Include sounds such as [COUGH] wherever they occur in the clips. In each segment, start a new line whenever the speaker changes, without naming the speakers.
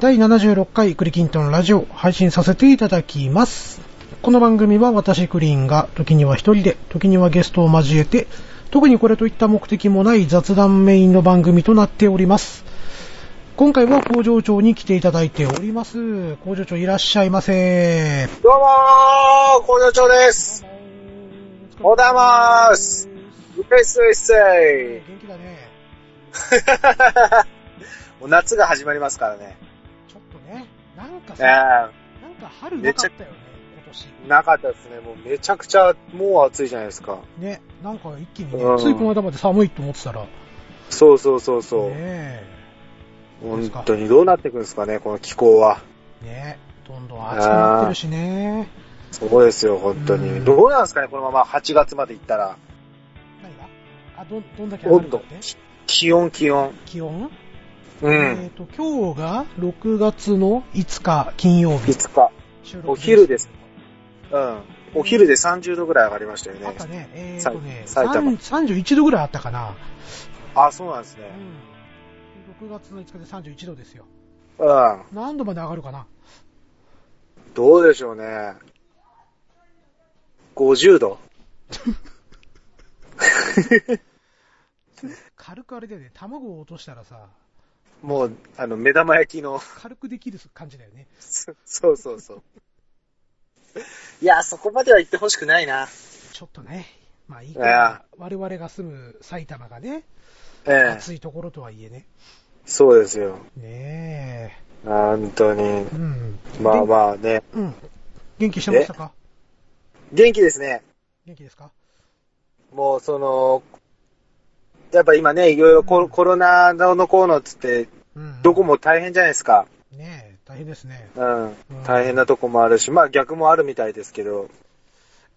第76回クリキントンラジオ配信させていただきます。この番組は私クリーンが時には一人で、時にはゲストを交えて、特にこれといった目的もない雑談メインの番組となっております。今回は工場長に来ていただいております。工場長いらっしゃいませ。
どうもー、工場長です。おはようございます。うっすいっす
元
い。
気だね。
[LAUGHS] もう夏が始まりますからね。
ちょっとね、なんかさ、
え
なんか春なかったよね、今年。
えなかったですね。もうめちゃくちゃ、もう暑いじゃないですか。
ね、なんか一気に
う
ね、
ん
ついこの間まで寒いと思ってたら、ね
そうそうそうそう。
え、
本当にどうなっていくんですかね、この気候は。
ねえ、どんどん暑くなってるしね。
そうですよ、本当
うん
に。どうなんですかね、このまま8月まで行ったら。
何があ、どん、どんだけ上が
温
るかっ
度
て。
気温、気温。
気温、
う
えっ、
ん。
と、今日が6月の5日金曜日。
5日。
収
お昼
で
です。うん。お昼で30度ぐらい上がりましたよ
す。あっ
ね。
たね、えっ、
さ
とね、
埼玉
3 31度ぐらいあったかな。
あ、そうなんです
う
ね。
ん。6月の5日で31度ですよ。
うん。
何度まで上がるかな
どうでしょうね。50度。
軽くあれだよね、卵を落としたらさ、
もう、あの、目玉焼きの、 [LAUGHS]
軽くできる感じだよね。
そそうそうそう。いや、そこまでは行ってほしくないな。
ちょっとね、まあいい
いや
か、我々が住む埼玉がね、
ええ
暑いところとはいえね。
そうですよ。
ね
本当に。
え。うん。
まあまあね。
あ。うん。元気してましたか
元気ですね。
元気ですか
もう、その、やっぱ今ね、いろいろコ,、
うん
コロナののこうのっつって、
うん。
どこも大変じゃないですか。
ねえ、大変ですね。
うん
うん。
大変なとこもあるし、まあ逆もあるみたいですけど。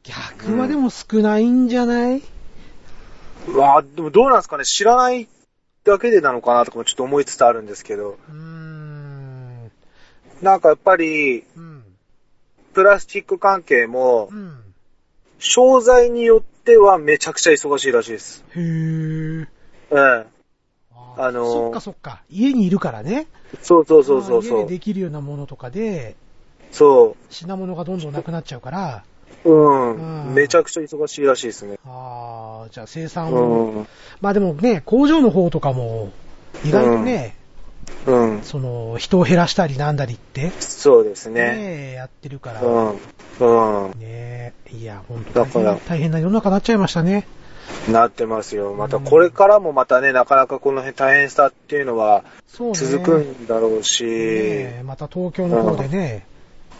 逆はでも少ないんじゃない、
うわあでもどうなんですかね知らないだけでなのかなとかもちょっと思いつつあるんですけど。
うーん。
なんかやっぱり、
うん。
プラスチック関係も
う、ん。
商材によってはめちゃくちゃ忙しいらしいです。
へえ。
うん。
あ
あのー
そっかそっか。家にいるからね。
そうそうそうそう
まあ
そ
家で
う。
できるようなものとかで、
そ
品物がどんどんなくなっちゃうから、
う。
う
うんん。めちゃくちゃ忙しいらしいですね。
ああ、じゃあ生産
う
を
ん。
まあでもね、工場の方とかも、意外とね、
うん。
その、人を減らしたりなんだりって、
そうですね。
ねえ、やってるから、ね
うん。うん。
え、いや、ほんと大変
だ
な
から
大変な世の中になっちゃいましたね。
なってますよ。またこれからもまたね、なかなかこの辺大変さっていうのは
そうね。
続くんだろうし、
ねえ、また東京の方でね、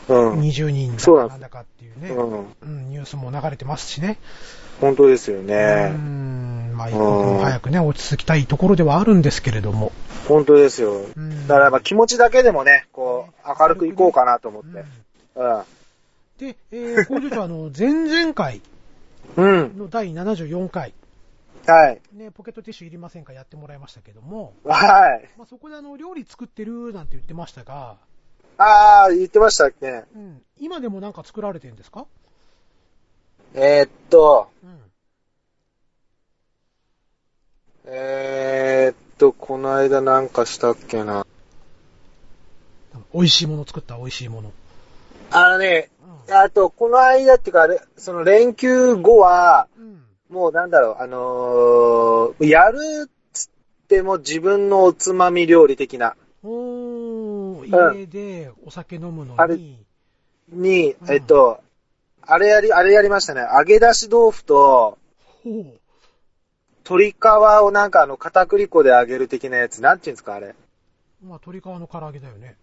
うん。
20人
そうなん
だ
です
なんだかっていうね、
うん。
うんニュースも流れてますしね。
本当ですよ
うー
ね。
ん、まあ一刻
う
も
ん
早くね、落ち着きたいところではあるんですけれども。
本当ですよ。
うん
だからやっぱ気持ちだけでもね、こう、明るくいこうかなと思っ
う
て
ん。
う
で、えー、工場長、あの、 [LAUGHS] 前々回
ん。うん。
の第74回、
はい。
ね、ポケットティッシュいりませんかやってもらいましたけども、
はい。
まあ、そこであの、料理作ってるなんて言ってましたが、
あー、言ってましたっけ
うん、今でもなんか作られてるんですか
えー、っと、
うん。
えー、っと、この間なんかしたっけな。
美味しいもの作った美味しいもの。
あのね、
う
あと、この間っていうか、あれ、その連休後は、
ん。うん。
もうなんだろう、あのー、やるっつっても自分のおつまみ料理的な、
お
う
ー、
ん
家でお酒飲むの
あれ
に、
に
う、ん
えっと、あれやり、あれやりましたね。揚げ出し豆腐と、
ほう、
鶏皮をなんかあの、片栗粉で揚げる的なやつ、なんていうんですか、あれ。
まあ、鶏皮の唐揚げだよね。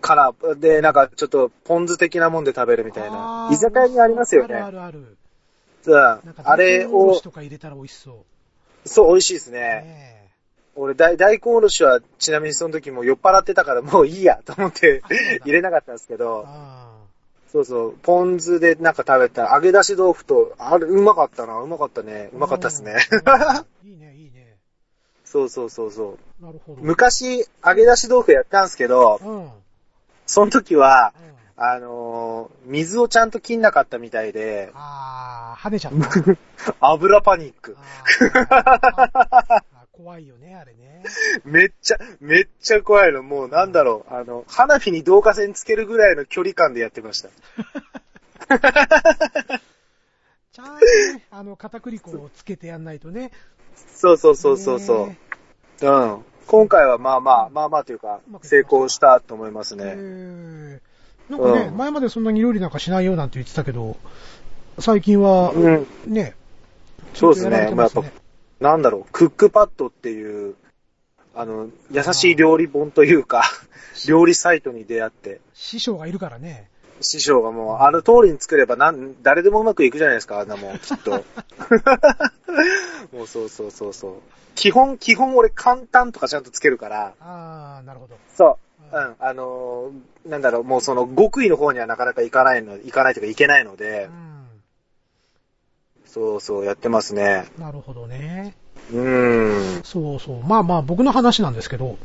から、で、なんかちょっと、ポン酢的なもんで食べるみたいな
あ。ー
居酒屋にありますよね。
あるあるある。
うん。
なんか、
あれ
大根おろ
を
し、とか入れたら美味しそ
そう、美味しいです
う。
ね。
ね
俺大、大根おろしは、ちなみにその時もう酔っ払ってたから、もういいや、と思って
あそうなんだ
入れなかったんですけ
え。
ど、
あ
そうそう、ポン酢でなんか食べた、揚げ出し豆腐と、あれ、うまかったな、うまかったね、
ー
うまかったっすね。
うんいいね、いいね。
[LAUGHS] そうそうそうそう。
なるほど。
昔、揚げ出し豆腐やったんですけど、
うん。うん。
その時は、あのー水をちゃんと切んなかったみたいで、
あー、跳ねちゃった。
油パニック。
あーあ怖いよね、あれね。
めっちゃ、めっちゃ怖いの。もうなんだろう。あの、花火に導火線つけるぐらいの距離感でやってました。
ちゃんとね、あの、片栗粉をつけてやんないとね。
そうそうそうそうそう。
ね
うん。今回はまあまあ、まあまあというか
うま、くいきました
成功したと思います
え
ね。
ーなんかね、
うん
前までそんなに料理なんかしないよなんて言ってたけど、最近は、
うん。
ね、
そうです
ちゃんとや
ね
られてます
まあやっなんだろう、クックパッドっていう、あの、優しい料理本というか、料理サイトに出会って、
師匠がいるからね。
師匠がもう、あの通りに作ればなん、誰でもうまくいくじゃないですか、あんなもん、きっ [LAUGHS] と。もうそうそうそうそう。基本、基本俺簡単とかちゃんとつけるから、
あー、なるほど。
そう。う、
うん
あのーなんだろう、もうその極意の方にはなかなかいかないの、いかないというかいけないので、
ん。
そうそう、やってますね。
なるほどね。
うーん。
そうそう。まあまあ、僕の話なんですけど、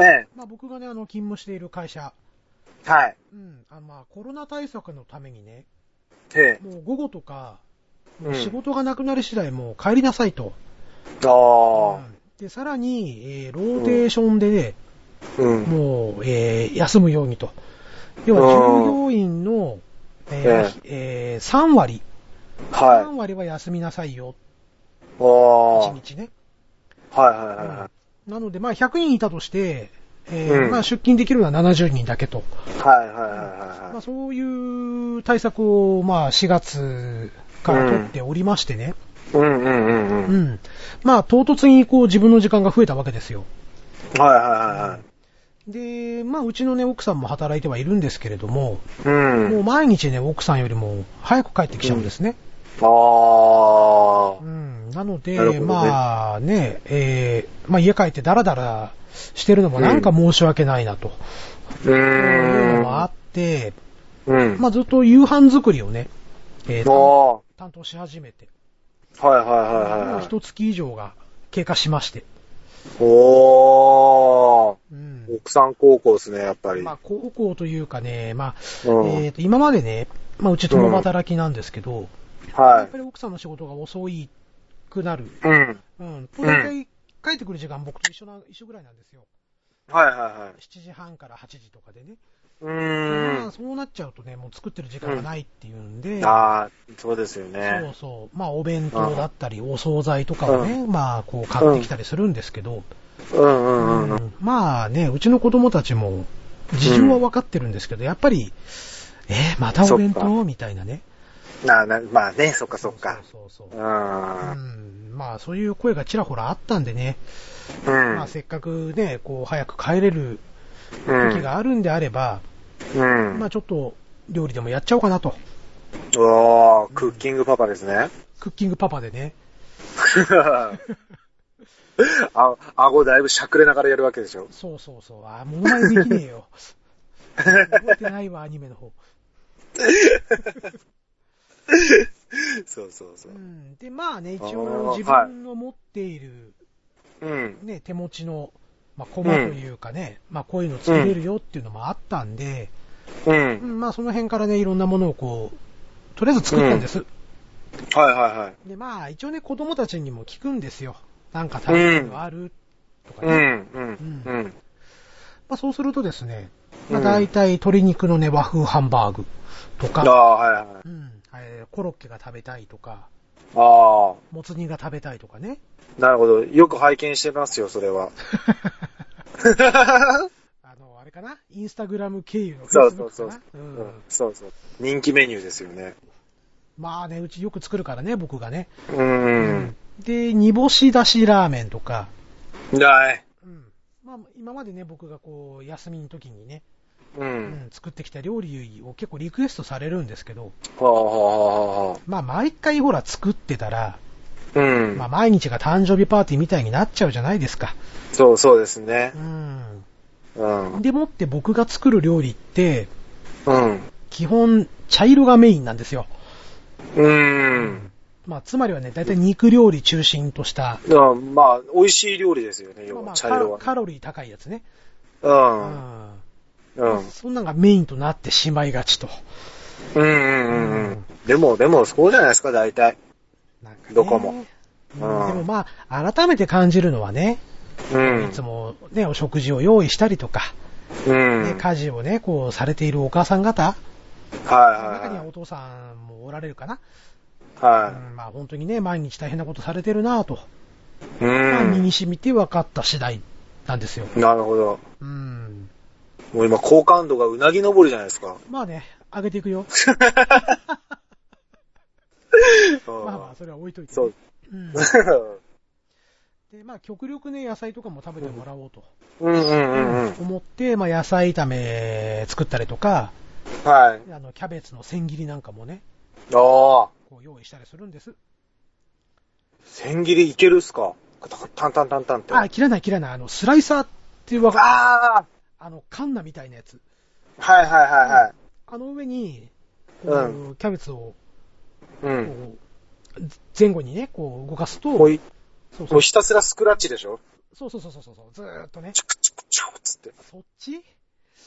え
まあ僕がね、あの、勤務している会社、
え、はい。
うん、あのまあ、コロナ対策のためにね、
え
もう午後とか、もう
うん
仕事がなくなり次第もう帰りなさいと。
え。あ
う
あ。
んで、さらに、えーローテーションでね、
うん。
もう、えー休むようにと。要
う
は、
ん
従業員の、えーえー3割、3
は
割は休みなさいよ、
い。お
1
ー。
日ね。
はいはいはいは
なので、まあ、100人いたとして、えー
うん
まあ、出勤できるのは70人だけと。
い。はいはいはいはい
まあ、
は
そういう対策を、まあ、4月から取っておりましてね。
い。うんうんうんう。
うんん。まあ、唐突にこう自分の時間が増えたわけですよ。
はいは
で、まあ、うちのね、奥さんも働いてはいるんですけれども、
いはい。うん。
もう毎日ね、奥さんよりも早く帰ってきちゃうんですね。う
ああ。
ん。なの
なるほ
で、
どね
まあね、えー、まあ家帰ってダラダラしてるのもなんか申し訳ないなと、
う
いうの
ー
もあ
ん。
って、
うん。
まあずっと夕飯作りをね、えー
おー。
担当し始めて、
はいはいはいはい
もう
はい。
一月以上が経過しまして。
おー。
うん。
奥さん高校ですね、やっぱり。
まあ、高校というかね、まあ、
うん
えっと、今までね、まあ、うち共働きなんですけど、や
は
っぱり奥さんの仕事が遅いくなる。
い。うん。
うん。大体、帰ってくる時間僕と一緒な、一緒ぐらいなんですよ。
はいはいはい。
7時半から8時とかでね。
う
ま
ー
あ、
ん。
そうなっちゃうとね、もう作ってる時間がないっていうんで、
ああ、そうですよ
そ
ね
う。そう。まあ、お弁当だったり、お惣菜とかをね、まあ、こう買ってきたりするんですけど、
うんうんうん。
うんまあね、うちの子供たちも、事情は分かってるんですけど、やっぱり、えーまたお弁
そっ
当みたいなね。
ななまあね、そっかそっか。
そうそう
う。
そう。うんん、まあそういう声がちらほらあったんでね、
うん。
まあせっかくね、こう早く帰れる
うん
時があるんであれば、
うん。
まあちょっと料理でもやっちゃおうかなと。
おー、クッキングパパですね。
クッキングパパでね。
あ、顎だいぶしゃくれながらやるわけでしょ。
そうそうそう。あー、物まねできねえよ。覚えてないわ、アニメの方。
そうそうそうう。
ん。で、まあね、一
あ
応
ー
自分の持っている、
うん。
ね、手持ちの、まあ、コマというかね、まあこういうの作れるよっていうのもあったんで、
う。
うんん、まあその辺からね、いろんなものをこう、とりあえず作ったんです。
はいはいはい。
で、まあ、一応ね、子供たちにも聞くんですよ。なんか食べ物あるとか
う
ね。ま
ん、うん、うん。
あ、そうするとですね、
う
ま
ん
あ、大体鶏肉のね、和風ハンバーグと
ああー、
か、
はいはい。
うん、えーコロッケが食べたいとか、
あ
もつ煮が食べたいとか
[LAUGHS]
ね。
あ、なるほど。よく拝見してますよ、それは。
あの、あれかなインスタグラム経由の
そう
Facebook
そう
かな
うんん、 [LAUGHS] そうそう。人気メニューですよね。
まあね、うちよく作るからね、僕がね。
うん。
で、煮干しだしラーメンとか、
ない。
うん。まあ、今までね、僕がこう、休みの時にね、
う。
うんん、作ってきた料理を結構リクエストされるんですけど、
はあはあはあはあ。
まあ、毎回ほら作ってたら、
うん
まあ、。毎日が誕生日パーティーみたいになっちゃうじゃないですか。
そうそうですね
う。ん。
うん。
でもって僕が作る料理って、
うん。
基本、茶色がメインなんですよ。
うん。
まあ、つまりはね、だいたい肉料理中心とした、
うんまあ、美味しい料理ですよね、
まあ
要
ま
は、
あ
茶色
カカロリー高いやつね。
は。うん。うん。
そんなんがメインとなってしまいがちと。
うんうんうんうん。でも、でも、そうじゃないですか、大体。
なんかね
どこも。
でもまあ、改めて感じるのはね、
うん
いつもね、お食事を用意したりとか、
うん。
ね、家事をね、こう、されているお母さん方、中には
は
お父さんもおられるかな。
いはい。は
うんまあ本当にね、毎日大変なことされてるなぁと、
い。う
まあ身
ん
に。染みて分かった次第なんですよ。
なるほど。
うん。
もう今、好感度がうなぎ登りじゃないですか。
まあね、上げていくよ。まあまあ、それは置いといて、ね。
そう。 [LAUGHS]
うん。で、まあ極力ね、野菜とかも食べてもらおうと
うんうんうんうん。
思って、まあ野菜炒め作ったりとか、
はい。
あの、キャベツの千切りなんかもね、
ああ、
こう用意したりするんです。
千切りいけるっすかタンタンタンタンって。
あ、切らない切らない。あの、スライサーっていうわか、
ああ
あの、カンナみたいなやつ。
はいはいは
あの上に、こ
う
う、キャベツを、
いはい。う
こ
ん。
う、前後にね、こう動かすと、
もうい
そうそう
もうひたすらスクラッチでしょ
そうそうそうそうそう、ずーっとね。
チュクチュクチュクつって。
そっ
[LAUGHS]
ち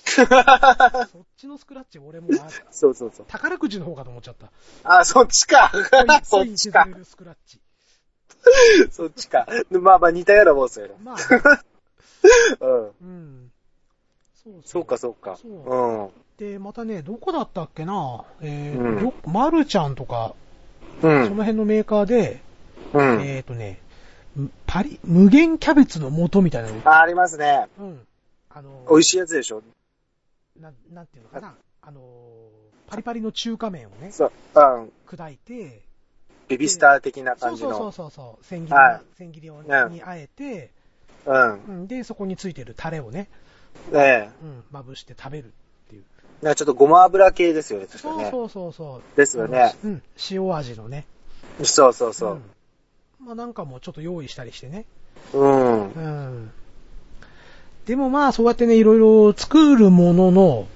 そっちのスクラッチ、俺もうあ
そうそうそう。
宝くじの方かと思っちゃ
[LAUGHS]
った。
あー、そっ
[LAUGHS]
ちかそっちか
コイン削れるスクラッチ。
そっちか。まあまあ似たようなもんっすよね。
まあ、
うん。
うん。そうそう
そうかそうか。
そう
うん。
で、またね、どこだったっけなえー
うん
どマルちゃんとか、
う
その
ん。
辺のメーカーで、
うん。
えっ、とね、パリ、無限キャベツの素みたいなの。
あ、ありますね。
うん。あの、
美味しいやつでしょ
なん、なんていうのかな。あのー、パリパリの中華麺をね、
そう。うん。
砕いて、
ベビスター的な
そ
感
う
じ
そうそう
の。
そうそう、千切り、
は
千切りを、
うん
にあえて、
うん。
うん、で、そこについてるタレをね、
ええ。
うん、まぶして食べる。
なんかちょっとごま油系ですよね、確か
そう
ね。
そうそうそう。
ですよね。
うん、塩味のね。
そうそうそ
んまあなんかもちょっと用意したりしてね。
う。うん。
うん。でもまあそうやってね、いろいろ作るものの、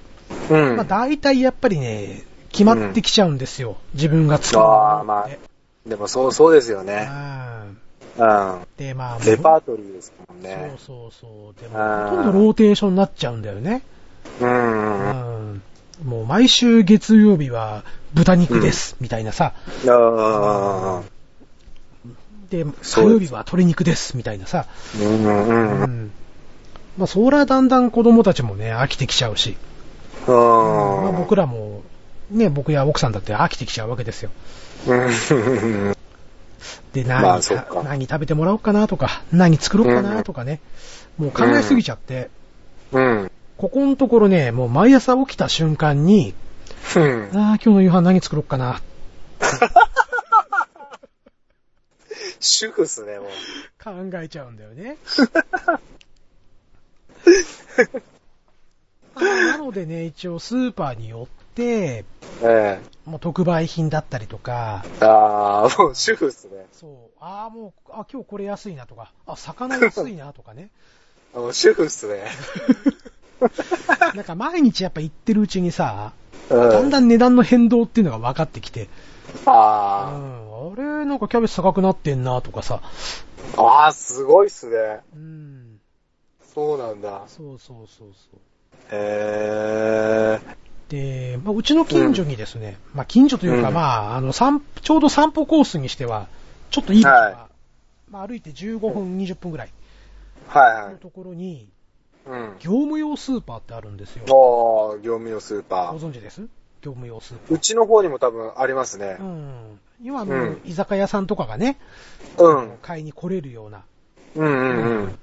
うん。
まあ大体やっぱりね、決まってきちゃうんですよ。自分が作る
あー
ものって。
でもそう、そうですよね。
うん。
うん。
で、まあ、
レパートリーですもんね。
そうそうそう。でも、
あー
ほとんどローテーションになっちゃうんだよね。
うん
う
うん。
ん。もう毎週月曜日は豚肉です、みたいなさ。
あ
で、火
そう
曜
で
日
す
は鶏肉です、みたいなさ。
ーうんうん
う
うん。
ん。まあ、そらだんだん子供たちもね、飽きてきちゃうし。まあ、僕らも、ね、僕や奥さんだって飽きてきちゃうわけですよ。
うん。
で、
ま
何
あそ
た、
うか
何食べてもらおうかなとか、何作ろうかなとかね。もう考えすぎちゃって、
うん。
ここのところね、もう毎朝起きた瞬間に、
うん。
ああ、今日の夕飯何作ろうかな。
主婦っすね、もう。
考えちゃうんだよね。 [LAUGHS] あなのでね、一応スーパーによって、
え
もう特売品だったりとか、
え。ああ、もう主婦っすね。
そう、ああ、もう、あ、今日これ安いなとか、あ、魚安いなとかね。
もう主婦っす
[LAUGHS]
ね。
なんか毎日やっぱ行ってるうちにさ、
う
だん
ん。
だん値段の変動っていうのが分かってきて、うん、
あ
あれ、なんかキャベツ高くなってんなとかさ、
あ。ああ、すごいっすね。
うん、
そうなんだ。
そうそうそうそう。
へえ。
で、まあ、うちの近所にですね、まあ、近所というか、
うん
まあ、あの、散歩ちょうど散歩コースにしては、ちょっといい場所が、
は
まあ、歩いて15分、20分ぐらい
はいは
の
い。
ところに、
うん。
業務用スーパーってあるんですよ。
おー、業務用スーパ
ご
ー。
存知です業務用スー
うちの方にも多分ありますね
パー。う。ん。今
う
の
ん、
居酒屋さんとかがね、
うん。
買いに来れるような。
うんうん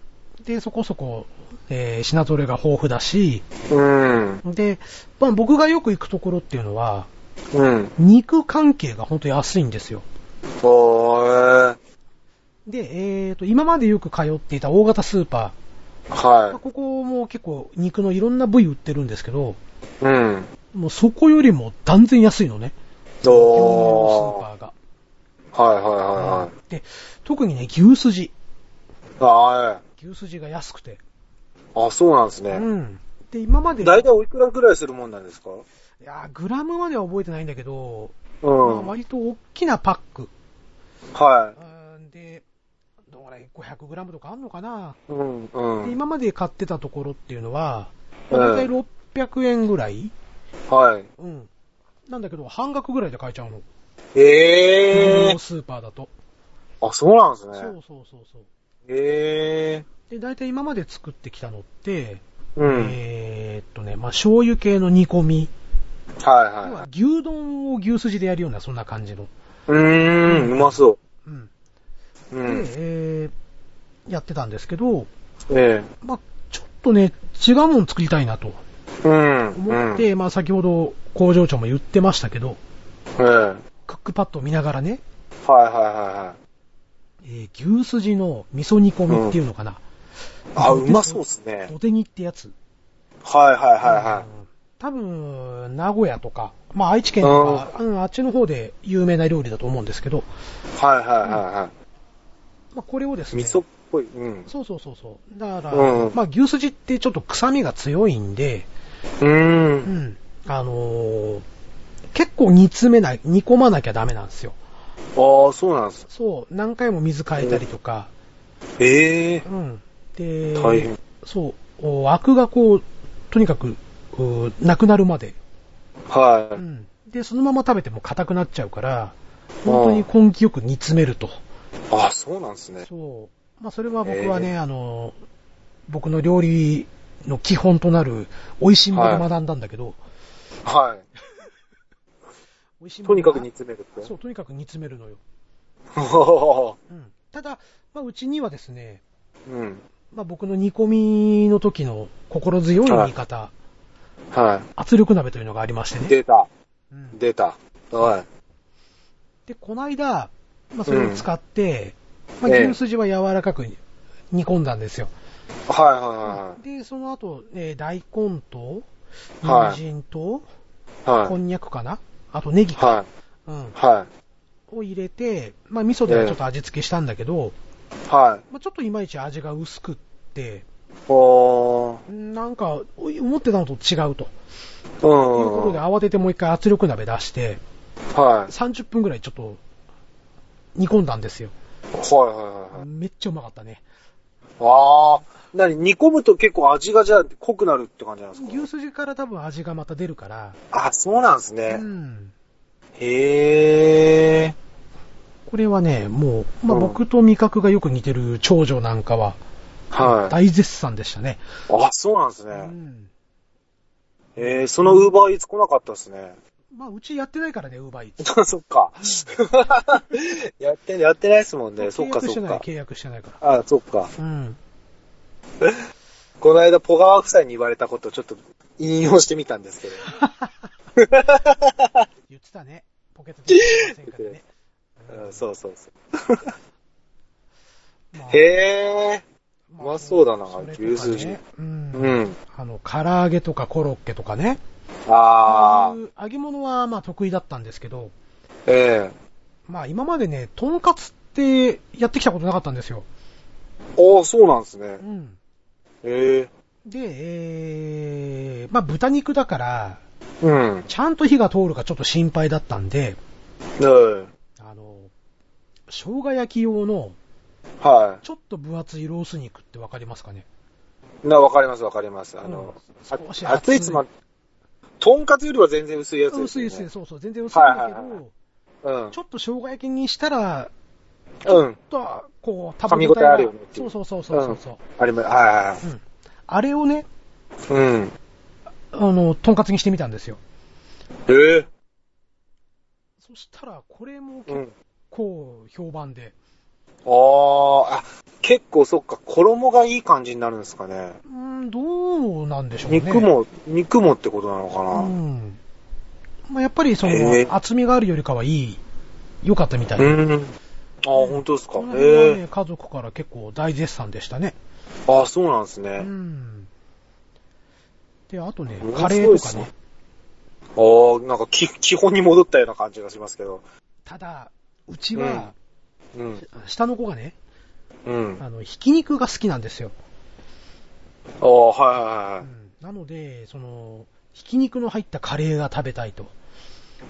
で、そこそこ、えー品揃えが豊富だし、
うん。うん。
で、まあ、僕がよく行くところっていうのは、
うん。
肉関係が本当安いんですよ。
おー、
で、えっ、と、今までよく通っていた大型スーパ
えー
ー、
は
ここも結構肉のいろんな部位売ってるんですけど、
い。うん。
もうそこよりも断然安いのね。業務用スー
おー。
パーが。
はいはいは
で、特にね、牛すじ。
いはい。は
牛すじが安くて。
い。あ、そうなんで
う
すね。
ん。で、今まで、
大体おいくらぐらいするもんなんですか
いやーグラムまでは覚えてないんだけど、
う
まあ
ん。はい。
割と大きなパック。
は。
うん、で、どのぐらい ?500g とかあんのかない
うん。
で、
うん。
今まで買ってたところっていうのは、
うん
だいたい600円ぐらい
はい。
うん。なんだけど、半額ぐらいで買えちゃうの。業
ええ
務スーパーだと。
あ、そうなんです
そ
ね。
うそうそうそう。
へえ。
で、大体今まで作ってきたのって、
うん。
えーっとね、まあ、醤油系の煮込み、
はい
要は
は
牛丼を牛すじでやるような、そんな感じの。
い。うーん、うまそ
うん。
う。う
で、
ん。
えーやってたんですけど、
ええ。
まあ、ちょっとね、違うもん作りたいなと
うん。
思っ
うん、え
て、まあ、先ほど工場長も言ってましたけど、
え。はい
クックパッドを見ながらね、
はいはいはい。
えー牛すじの味噌煮込みっていうのかな。
あ、うまそうっすね。
土手煮ってやつ。
はいはいはいは
うん多分、名古屋とか、まあ愛知県とか、うん、あっちの方で有名な料理だと思うんですけど、
い。はいはいはいは
まあこれをです
い。
ね、
味噌っぽい。うん。
そうそうそうそう。だから、
うん
まあ牛すじってちょっと臭みが強いんで、
うー。
うんん、あのー結構煮詰めない、煮込まなきゃダメなんですよ。
ああ、そうなんです。
そう、何回も水変えたりとか、
ええ。
うん。で、
大変。
そう、おアクがこう、とにかく、うなくなるまで
は
う
い。
んで、そのまま食べても硬くなっちゃうから、本当に根気よく煮詰めると。
あそうなんですね。
そう。まあ、それは僕は
え
ね、あの、僕の料理の基本となる、美味しんぼで学んだんだけど、
は
美味し
い。
ん
と
ぼ
にかく煮詰めるって。
そう、とにかく煮詰めるのよ。
う。
うん。ただ、まあ、うちにはですね、
[LAUGHS] うん。
まあ、僕の煮込みの時の心強い煮方、
は
圧力鍋というのがありまして
い。
ね。
出た。
うん
出た。はい。
で、この間、まあ、それを使って、
うん
まあ、
ええ
牛すじは柔らかく煮込んだんですよ。
はいは
で、その後、えー大根と、
はい
人参と、
いはい。
こ
はい。
んにゃくかなあとネギか、
はい。
うん、
は
を入れて、まあ味噌でちょっと味付けしたんだけど、
い。はい。
まあちょっといまいち味が薄くって、
おー。
なんか、おい思ってたのと違うと。い
うん。という
うことで慌ててもう一回圧力鍋出して、
はい。
30分ぐらいちょっと煮込んだんですよ。
はいはいはいはい。
めっちゃうまかったね。
あー。なに、煮込むと結構味がじゃあ濃くなるって感じなんですか
牛すじから多分味がまた出るから、
あ、そうなんです
う
ね。
ん。
へー。
これはね、もう、まあ
うん
僕と味覚がよく似てる長女なんかは、
はい。
大絶賛でしたね。
あ、そうなんです
う
ね。
ん。
えー、そのウーバーイーツ来なかったですね。 [LAUGHS]
まあ、うちやってないからね、ウーバーイーツ。
そっか。 [LAUGHS] やって、やってないですもんね。そっ
契
か
約して
そっ
ない、
か。
契約してないから。
あ、そっか。
うん。
この間、ポガワ夫妻に言われたことをちょっと引用してみたんですけど。
言ってたね。ポケットできませんからね。
うん、そうそうそう。
まあ
へ
ま
うまそうだな
それとか
牛すじ
ねう
ー。
ん。
うん。
あの、唐揚げとかコロッケとかね。
あー。
そういう揚げ物はまあ得意だったんですけど、
ええ
まあ今までね、とんかつってやってきたことなかったんですよ。
ああ、そうなんですね
う。ん。
え
で、えー、まあ豚肉だから、
えうん。
ちゃんと火が通るかちょっと心配だったんで、
ね
あの、生姜焼き用の
えは
ちょっと分厚いロース肉ってわかりますかね
い。な、わかりますわかります。あの、
うん少し
あ熱いつま、とんかつよりは全然薄いやつです
薄い
よね。
薄い、そうそう、全然薄いんだけど、
はいはいはいうん
ちょっと生姜焼きにしたら、
うん。
とは、こう、
噛み応えあるよねってい
そううそうそうそうそう、
あれも、はいはいはい。
あれをね、
うん。
あの、とんかつにしてみたんですよ。
ええ
そしたら、これも
う
結
ん。
構評判で、
ああ、あ、結構そっか、衣がいい感じになるんですかね。
うん、どうなんでしょうね。
肉も、肉もってことなのか
う
な。
ん。まあ、やっぱりその、
へー
厚みがあるよりかはいい、良かったみたい。
うん。ああ、本当ですか
こ。の辺は
ええ
ね、家族から結構大絶賛でしたね。
ああ、そうなんです
う
ね。
ん。で、あとね
う、ん
カレーとか
そうで
ね
す。ああ、なんかき、基本に戻ったような感じがしますけど。
ただ、うちは、
うん。
下の子がね、
うん。あ
あの、ひき肉が好きなんですよ。
あ、はいはいは
うんなので、その、ひき肉の入ったカレーが食べたいと。
い。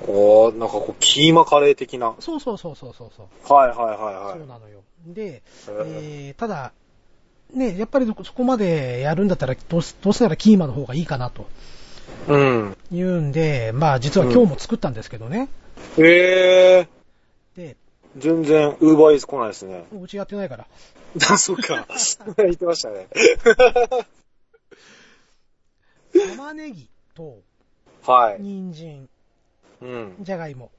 ああ、なんかこう、キーマカレー的な。はい
そうそうそうそうそうそう。
はいはい
そう
はい。
なのよ。で、
え
えー、ただ、ね、やっぱりそこそこまでやるんだったら、どうすどうせならキーマの方がいいかなと
えうん。
いうんで、まあ実は今日も作ったんですけどね。
ええ
で、
全然、ウーバーイーツ来ないですね。
うちやってないから。
あ、そっか。 [LAUGHS] 言ってましたね。
玉ねぎと、
はい。
人参、
うん。
じゃがいも。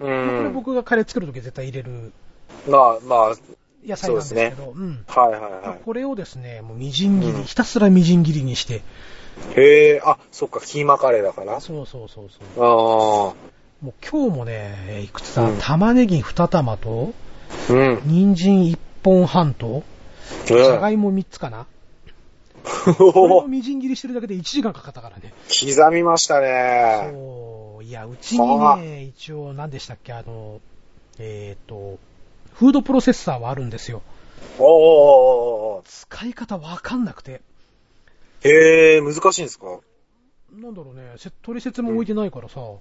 う
まあこれ
ん。
僕がカレー作るとき絶対入れる
まあ、まあ、はい
野菜なんですけど、うん。
はいは
これをですね、もうみじん切り、
うん
ひたすらみじん切りにして、
い。へえ、あ、そっか、キーマカレーだから。あ
そうそうそうそう。
あ。
もう今日もね、えーいくつだ、
うん
玉ねぎ2玉と、
うん。
人参1本半と、じゃがいも3つかな。これを
お [LAUGHS]
みじん切りしてるだけで1時間かかったからね。
刻みましたね。
そう、いや、うちにね、一応何でしたっけ、あの、えっ、と、フードプロセッサーはあるんですよ。
おーおーおーおー
使い方わかんなくて。
へえ、難しいんですか
なんだろうね、せ取説も置いてないからさ、
お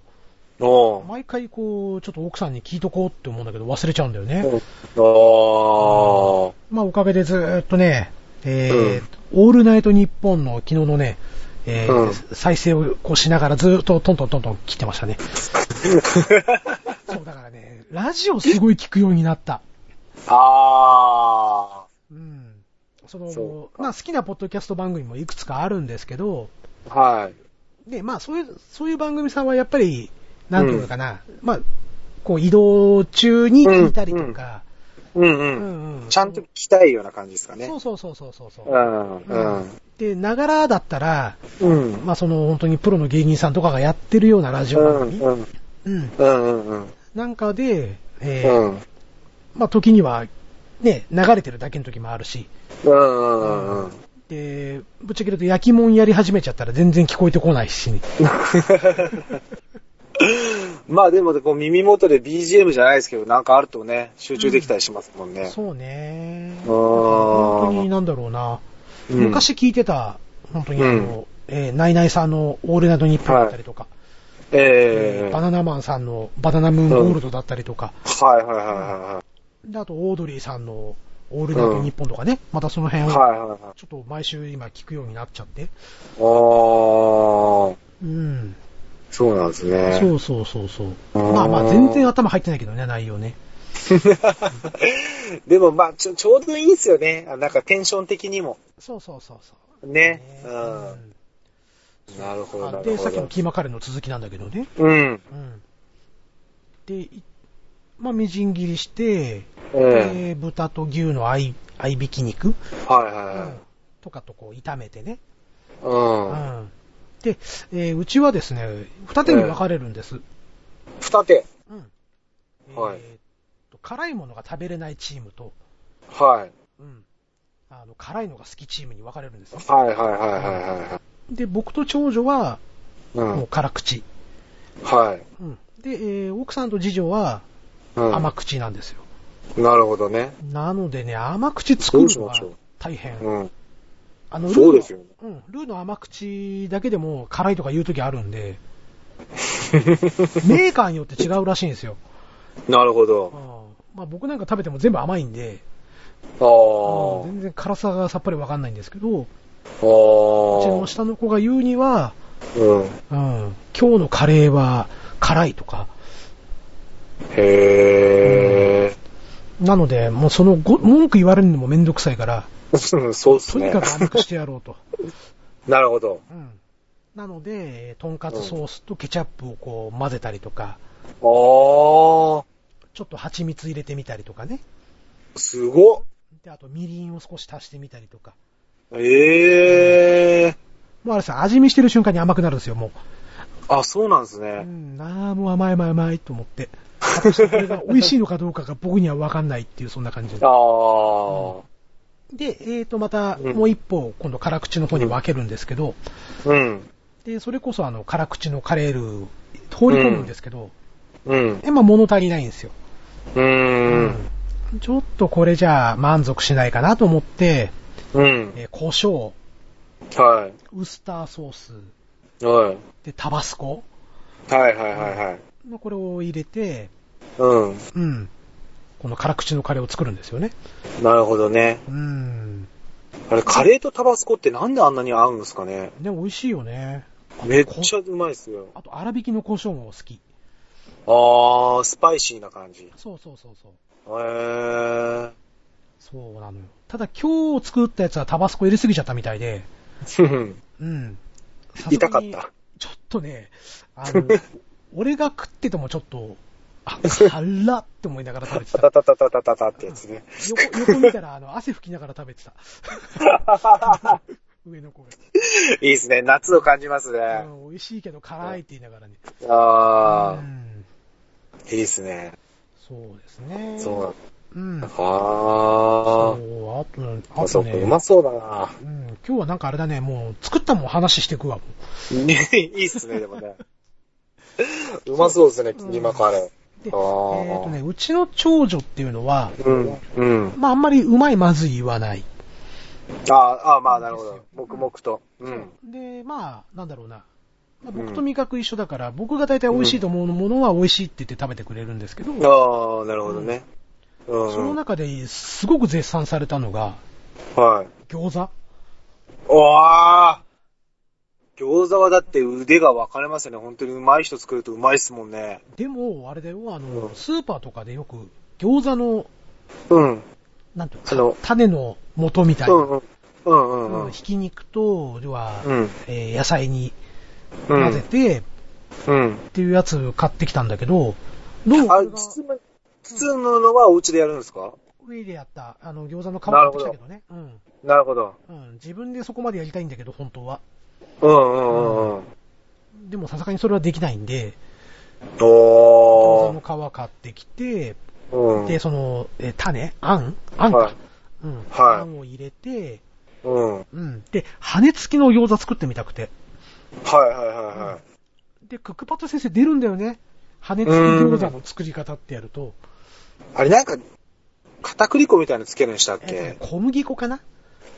ー
毎回こう、ちょっと奥さんに聞いとこうって思うんだけど忘れちゃうんだよね。
おー
まあおかげでずーっとね、えーオールナイトニッポンの昨日のね、えー
うん
再生をこうしながらずーっとトントントントン聞いてましたね。
[LAUGHS]
そうだからね、ラジオすごい聞くようになった。
あ
うん。その、
そ
まあ好きなポッドキャスト番組もいくつかあるんですけど、
ー。はい。
で、まあそういう、そういう番組さんはやっぱり、なんていうのかな、まあ、こう移動中に聞いたりとか、
うん
う
う。
んんうん
ちゃんと聞きたいような感じですかね
そ。うそうそうそうそうそう
う。ん。うん。
で、ながらだったら、
うん。
まあその本当にプロの芸人さんとかがやってるようなラジ
う
オ番組、
んうん
うん
うんうんうん
なんかで、えー
うん
まあ時には、ね、流れてるだけの時もあるし、
うんうん
で、ぶっちゃけると焼きもんやり始めちゃったら全然聞こえてこないし、
まあでも、こう耳元で BGM じゃないですけど、なんかあるとね、集中できたりしますもんね。
そうね。
あー
本当になんだろうな。
うん
昔聞いてた、本当にあの、えーナイナイさんのオールナイトニッポンだったりとか、え
え
ー
え
バナナマンさんのバナナムーンゴールドだったりとか、
はいはいはいは
で、あと、オードリーさんの、オールナイトニッポンとかね、またその辺
い。
を、
はいはいはい。
ちょっと毎週今聞くようになっちゃって。
ああ、
うん。
そうなんですね。
そうそうそうそう。
あー
まあまあ、全然頭入ってないけどね、内容ね。
[LAUGHS] でもまあちょ、ちょうどいいですよね。あなんかテンション的にも。
そうそうそうそう。
ね。う
うん
ん。なるほど、
あ
なる
で、さ
ほ
っきの
ど。
キーマカレーの続きなんだけどね。
うん。
うん。で、いまあ、みじん切りして、
ええ
で豚と牛の合い合いびき肉、
はい
うん
は
とかとこう炒めてね。
い
う
はい。うん。
ん。で、えーうちはですね、二手に分かれるんです。
二手。
うん。
はい
えーっと、辛いものが食べれないチームと、
はい。
うん。あの、辛いのが好きチームに分かれるんですよ。
はいはいはいはいはいはい。
で、僕と長女は、
う。
もうん辛口。
はい。
うん。で、えー奥さんと次女は、
うん。
甘口なんですよ。
なるほどね。
なのでね、甘口作るのが
そうそう
大変。
うん。
あの、ルーの
そうです
[LAUGHS]
よね。
うん、ルーの甘口だけでも辛いとか言うときあるんで、メーカーによって違うらしいんですよ。
なるほ
うん
ど。
まあ僕なんか食べても全部甘いんで、うん
あ
全然辛さがさっぱりわかんないんですけど、
あ。
うちの
あ
下の子が言うには、
あ。うん。
うん、今日のカレーは辛いとか。
へえ。
なので、もうそのご、文句言われるのもめんどくさいから、
うん [LAUGHS] そうっす
とに
ね
か。く甘くしてやろうと。
[LAUGHS] なるほど。
うん。なので、えーとんかつソースとケチャップをこう混ぜたりとか、
あ
ちょっと蜂蜜入れてみたりとかね。
あ。すごっ。
で、あとみりんを少し足してみたりとか。
ええ。
もうあれさ、味見してる瞬間に甘くなるんですよ、も
あ、そうなんです
う。う
ね。
ん、なあ、もう甘い甘い甘いと思って。果たしてこれが美味しいのかどうかが僕にはわかんないっていう、そんな感じで
あ。あ。
で、えーと、また、
うん
もう一歩、今度辛口の方に分けるんですけど、
うん。
で、それこそあの、辛口のカレールー、放り込むんですけど、
うん。
え、まあ物足りないんですよ。
うーん。
うんちょっとこれじゃあ満足しないかなと思って、
うん。
えー胡椒、
は
ウスターソース、
い。はい。
で、タバスコ、
はいはいはいはい。
まあこれを入れて、
うん。
うん。この辛口のカレーを作るんですよね。
なるほどね。
うん。
あれ、カレーとタバスコってなんであんなに合うんですかね
でも美味しいよね。
めっちゃうまいっすよ。
あと、粗挽きの胡椒も好き。
あー、スパイシーな感じ。へ
そうそうそうそう。
ー。
そうなのよ。ただ今日作ったやつはタバスコ入れすぎちゃったみたいで、
ふふん
うん。さすがに
痛かった。
ちょっとね、あ
[LAUGHS]
の、俺が食っててもちょっと、あ、辛って思いながら食べて
たた
た。
たたたたたたってやつね。
横、横見たら、あの、汗拭きながら食べ
[LAUGHS]
てた。上の子
いいですね。夏を感じますね。
が。うん美味しいけど辛いって言いながらね。
あ
う
ー、
ん。
いいですね。
そうですね。
そうな
う。
ん
ん。
だ。
そう、
あー。
あと、
あ、
あ
そ
と
うか、
ね。
うまそうだな。
うん、今日はなんかあれだね、もう作ったもん話してくわ。も
ね、いいっすね、でも [LAUGHS] ね。うまそうですね、
うん
キーマカレ
うで、えっ、
あー
とね、うちの長女っていうのは、
ー。うん、うん。
まああんまりうまいまずい言わない。
あーあー、まあ、なるほど。黙々と。うん。
で、まあ、なんだろうな。まあ
ん
僕と味覚一緒だから、僕が大体美味しいと思うものは美味しいって言って食べてくれるんですけど、
ああ、なるほどね。うん。
その中ですごく絶賛されたのが、
はい。
餃子
おあ餃子はだって腕が分かれますよね。本当にうまい人作るとうまいっすもんね。
でも、あれだよ、あの、
うん
スーパーとかでよく餃子の、
うん。
なんていう
あの
の、種の元みたいうな、
んうん。うんうんう
うん
ん
ひ。き肉と、要は、
うん。
えー野菜に
う
混ぜ
ん。
て、
うん。
っていうやつ買ってきたんだけど、どう
あ
俺、が
包む、包むのはお家でやるんですか
上でやった、あの、餃子の皮買ってきたけどね。うん。
なるほど。
うん。自分でそこまでやりたいんだけど、本当は。
うんうんうんうん。
でもさすがにそれはできないんで、餃子
おー。
の皮買ってきて、
うん。
で、その、えー種あんあんか。
はい。
うん。
はい
あんを入れて、
うん。はい
うん。で、羽根付きの餃子作ってみたくて。
はいはいはい。
で、クックパッド先生出るんだよね。羽根付き餃子の作り方ってやると、
あれなんか、片栗粉みたいなのつけるんでしたっ
えー
け
とね小麦粉かな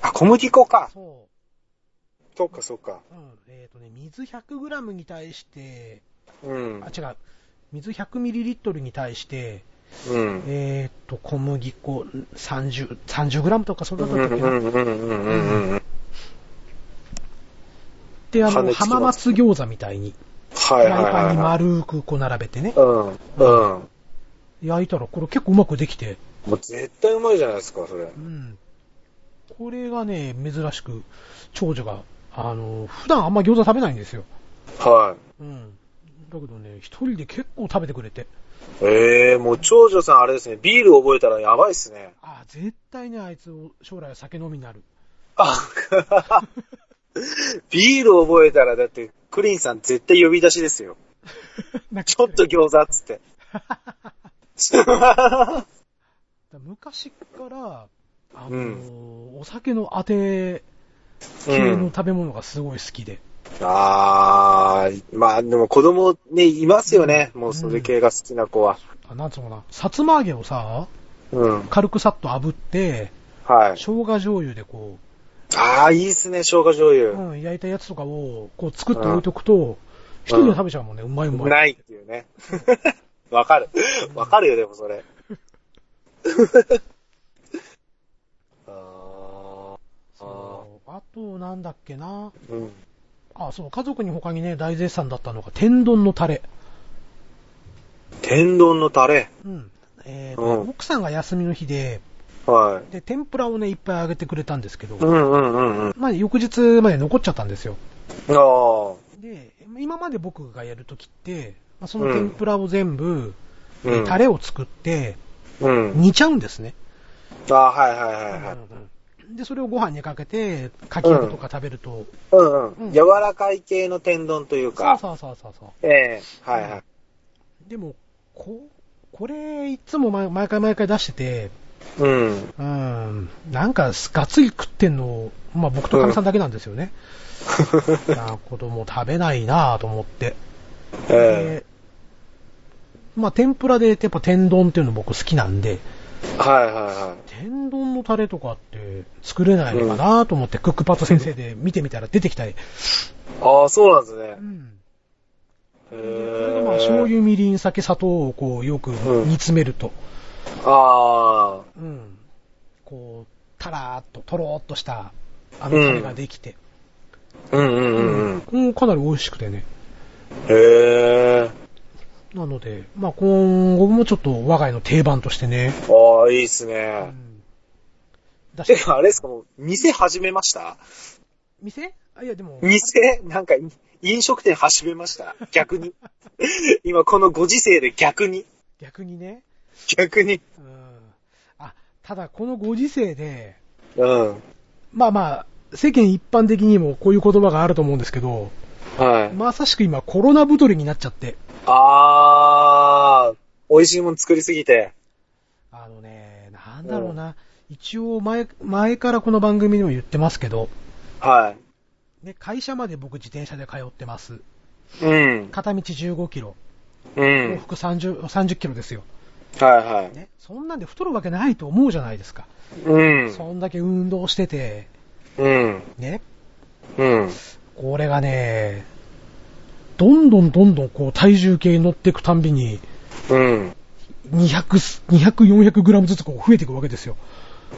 あ、小麦粉か。
そ
そっかそっか。
う。うん。えっ、とね、水 100g に対して、
うん。
あ、違う。水 100ml に対して、
うん。
えーっと、小麦粉30、30g とかそん
う
なんだ
う
ったっ
ん
け
う
な。
んうんうんうんうん。
で、あ
羽根
の、
付きの
浜松餃子みたいに、
は
フ
い
ラ
はい
イパン
はい
に
はい。
丸くこう並べてね、
うん。うん。
焼いたらこれ結構うまくできて、
もう絶対うまいじゃないですか、それ。
うん。これがね、珍しく、長女が、あの、普段あんま餃子食べないんですよ。
は
うん。だけどね、一人で結構食べてくれて、
い。ええー、もう長女さんあれですね、ビール覚えたらやばいっすね。
ああ、絶対ね、あいつ、将来は酒飲みになる。 [LAUGHS]
あ、 [LAUGHS] ビール覚えたらだって、クリンさん絶対呼び出しですよ。ちょっと餃子っつって。
昔から、あの
う
お酒のあて系の食べ物がすごい好きで。
あー、まあでも子供ね、いますよね。もうそれ系が好きな子は。
あなんつうのかな、さつま揚げをさ、
うん。
軽くさっと炙って、
は
生
い。
姜醤油でこ
あー、いいっすね、生姜醤
う、
油。
うん、焼いたやつとかを、こう作って置いとくと、一人で食べちゃうもんね、うまいうまい。
ないっていうね。 [LAUGHS] わかる。わかるよ、でもそれ。 [LAUGHS] あー
そうあと、なんだっけな。
うん
あ、そう、家族に他にね、大絶賛だったのが、天丼のタレ。
天丼のタレ。
うん。えー
うん
奥さんが休みの日で、
は
で、天ぷらをね、いっぱい揚げてくれたんですけど
い。う、んうんうんうん。あ
まあ、翌日まで残っちゃったんですよ。
ー。
で、今まで僕がやるときって、まあその天ぷらを全部、
うん。
タレを作って、
うん。
煮ちゃうんですね。
あー、はいはいはいはい。
で、それをご飯にかけて、かき揚げとか食べると、
うん
う
うんん。柔らかい系の天丼という
そう
か。
そうそうそうそ
ええはいはい。
う。でも、こ、これ、いつも毎毎回毎回出してて、
うん。 [LAUGHS]
うん、なんか、がっつり食ってんの、まあ僕とかみさんだけなんですよね。ああ子供食べないなぁと思って。
え
でまあ天ぷらで、やっぱ天丼っていうの僕好きなんで、
えはいはいはい。
天丼のタレとかって作れないのかなと思って、クックパッド先生で見てみたら出てきたり。
ああ、そうなんですね
う。ん。
へ
で
ー
これがまあ醤油、みりん、酒、砂糖をこうよく煮詰めると、
ああ。
うん。こう、たらーっと、とろーっとした、あのタレができて、
うんうんうんうん。
うん、かなり美味しくてね。
へえ。
なので、まあ今後もちょっと我が家の定番としてね。
ああ、いいっす
う
ね。
ん出して
てか、あれっすか、もう、店始めました
店あ、いやでも、
店、なんか、飲食店始めました。逆に。 [LAUGHS] 今、このご時世で逆に。
逆にね。
逆に。
うん。あ、ただこのご時世で、
うん。
まあまあ、世間一般的にもこういう言葉があると思うんですけど、
はい。
まさしく今コロナ太りになっちゃって、
あー、美味しいもの作りすぎて。
あのね、なんだろうな、一応前、前からこの番組でも言ってますけど、
は
ね、会社まで僕自転車で通ってます。
い。うん。
片道15キロ、
う
往
ん。
復30、30キロですよ。
はいはい。
ね、そんなんで太るわけないと思うじゃないですか。
うん。
そんだけ運動してて、
うん。
ね、
うん。
これがね、どんどんどんどんこう体重計に乗っていくたんびに、
うん。
200、200、400グラムずつこう増えていくわけですよ。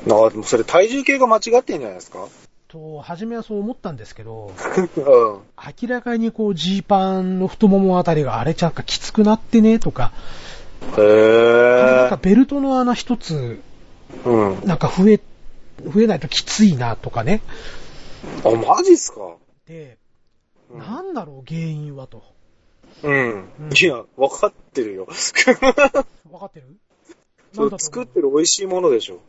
ああ、でもそれ体重計が間違ってんじゃないですか [LAUGHS]
と、初めはそう思ったんですけど、
うん。
明らかにこうジーパンの太ももあたりがあれちゃんかきつくなってねとか、
へ
なんか
ー。
ベルトの穴一つ
うん。
なんか増え、増えないときついなとかね。
あ、マジっすか
で、
うん
なんだろう原因はと。
うん
うん。
いや、わかってるよ。 [LAUGHS]
わかってる
そ
なん
れ
だと思う
作ってる美味しいものでしょ。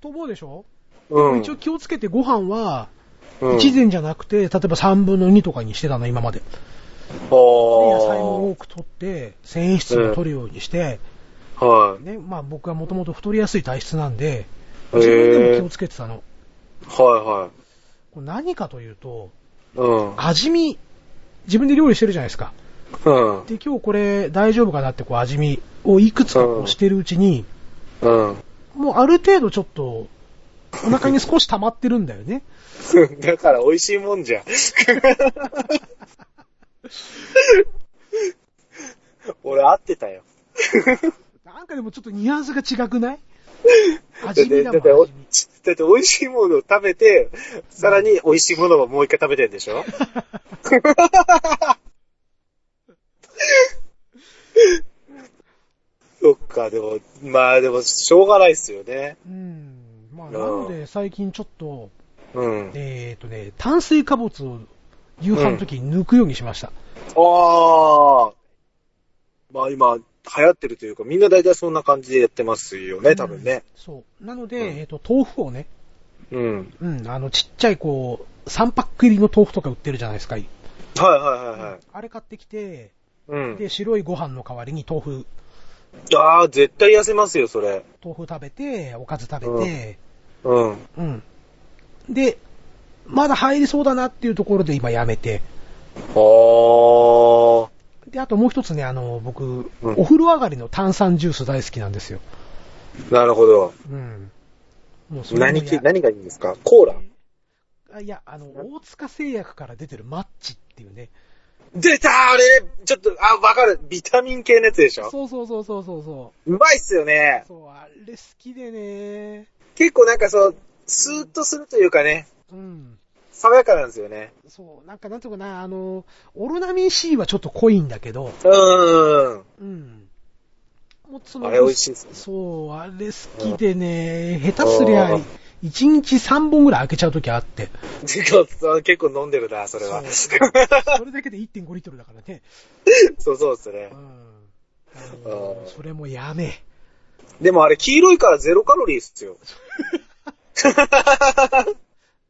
と思うでしょ、
うん。
一応気をつけてご飯は、
うん
一膳じゃなくて、例えば3分の2とかにしてたの、今まで。で
あ
野菜も多
ー
く取って、繊維質も取るようにして、
はい。
ね、まあ僕はもともと太りやすい体質なんで、
へ
自分でも気を
ー。
つけてたの。
は
これ何かというと、
いは
味見、自分で料理してるじゃないですか。
い。うん。
で、今日これ大丈夫かなってこう味見をいくつかこうしてるうちに、
うん。うん。
もうある程度ちょっと、お腹に少し溜まってるんだよね。
だから美味しいもん [LAUGHS] じゃん。俺合ってたよ。
なんかでもちょっとニュアンスが違く
[LAUGHS]
ない
だっ
味見
て、
だも
だっ
ん
てお
味
だ
見。
って美味しいものを食べて、さらに美味しいものをもう一回食べてんでし [LAUGHS] ょそっか、でも、まあでも、しょうがないっすよね。
うん。まあ、なので最近ちょっと、
うん。
えっ、とね、炭水化物を夕飯の時に抜くようにしました。
ああ。まあ今、流行ってるというか、みんな大体そんな感じでやってますよね、多分ね。
そう。なので、
うん
えっ、と、豆腐をね、
うん。
うん、あの、ちっちゃいこう、3パック入りの豆腐とか売ってるじゃないですか。
はいはいはいはい。
あれ買ってきて、
うん
で、。白いご飯の代わりに豆腐、
ああ、絶対痩せますよ、それ。
豆腐食べて、おかず食べて、
うん。
うん。で、まだ入りそうだなっていうところで今やめて。
ああ。
で、あともう一つね、あの、僕、
うん
お風呂上がりの炭酸ジュース大好きなんですよ。
なるほど。
うん。もうそれもや
何系、何がいいんですかコーラ
あいや、あの、大塚製薬から出てるマッチっていうね。
出たあれちょっと、あ、わかる。ビタミン系のやつでしょ
そうそうそうそうそうそう
まいっすよね
う。。そう、あれ好きでね。
結構なんかそう、スーッとするというかね、
うん。
爽やかなんですよね。
そう、なんかなんとかな、あの、オロナミン C はちょっと濃いんだけど、
うーん。
うん。もうそ
あれ美味しいっす [LAUGHS] ね
そう、あれ好きでね、下手すりゃ、1日3本ぐらい開けちゃうときあって。
てか結構飲んでるな、それは。
そうそれだけで1.5リットルだからね。
そうそうですね
うん。。あの
あー
それもやめ。
でもあれ、黄色いからゼロカロリーっすよ。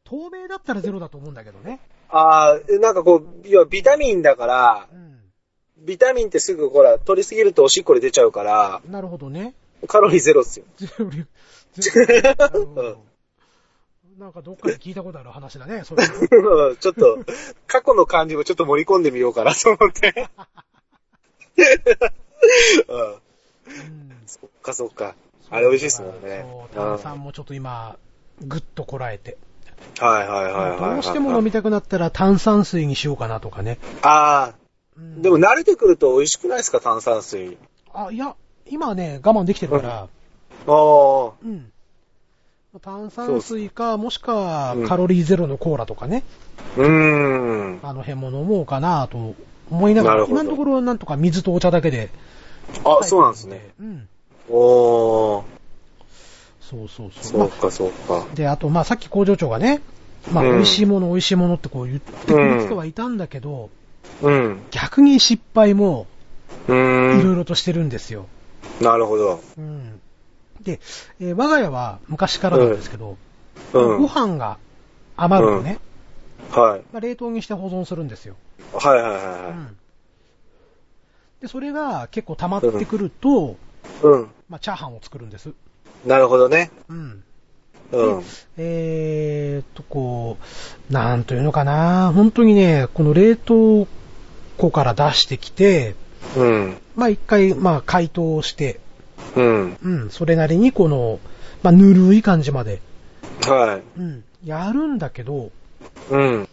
透明だったらゼロだと思うんだけどね。
ああ、なんかこう、要はビタミンだから、
うん。
ビタミンってすぐほら、取りすぎるとおしっこで出ちゃうから、
なるほどね。
カロリーゼロっすよ。 [LAUGHS]
ゼロリ、ゼロリうんなんかどっかで聞いたことある話だね、それ。
うんちょっと、過去の感じもちょっと盛り込んでみようかな [LAUGHS] と思って。うん、
うん
そっかそっか。あれ美味しいですもんね
そう、
うん
炭酸もちょっと今、ぐっとこらえて。
はいはいはいはいはい。
どうしても飲みたくなったら炭酸水にしようかなとかね。
ああ、
うん
でも慣れてくると美味しくないですか炭酸水。
あ、いや、今はね、我慢できてるから、
ああ、
うん。炭酸水か、もしくはカロリーゼロのコーラとかね、
うーん。
あの辺も飲もうかなと思いなが
な
ら、
るほど
今のところなんとか水とお茶だけで。
あ、そうなんですね。。
うん。
おー、
そうそうそう。
そうかそうか。
で、あと、まあ、さっき工場長がね、まあ、
うん
美味しいもの、美味しいものってこう言ってくれてはいたんだけど、
うん。
逆に失敗も
う
い
ー
ろい
ん。
ろとしてるんですよ。
なるほど。
うん。で、えー我が家は昔からなんですけど、
うん。
ご
はい。
飯が余るとね、
はい
まあ、冷凍にして保存するんですよ。
はいはいうは
ん。で、それが結構溜まってくると、
い。うん。
まあ、チャーハンを作るんです。
なるほどね。
うん。
うん。
えーっと、こう、なんというのかな、本当にね、この冷凍庫から出してきて、
うん。
まあ、一回、まあ、解凍して、
うん。
うん、それなりにこの、まあ、ぬるい感じまで、
はい。
うん、やるんだけど、
うん。
ま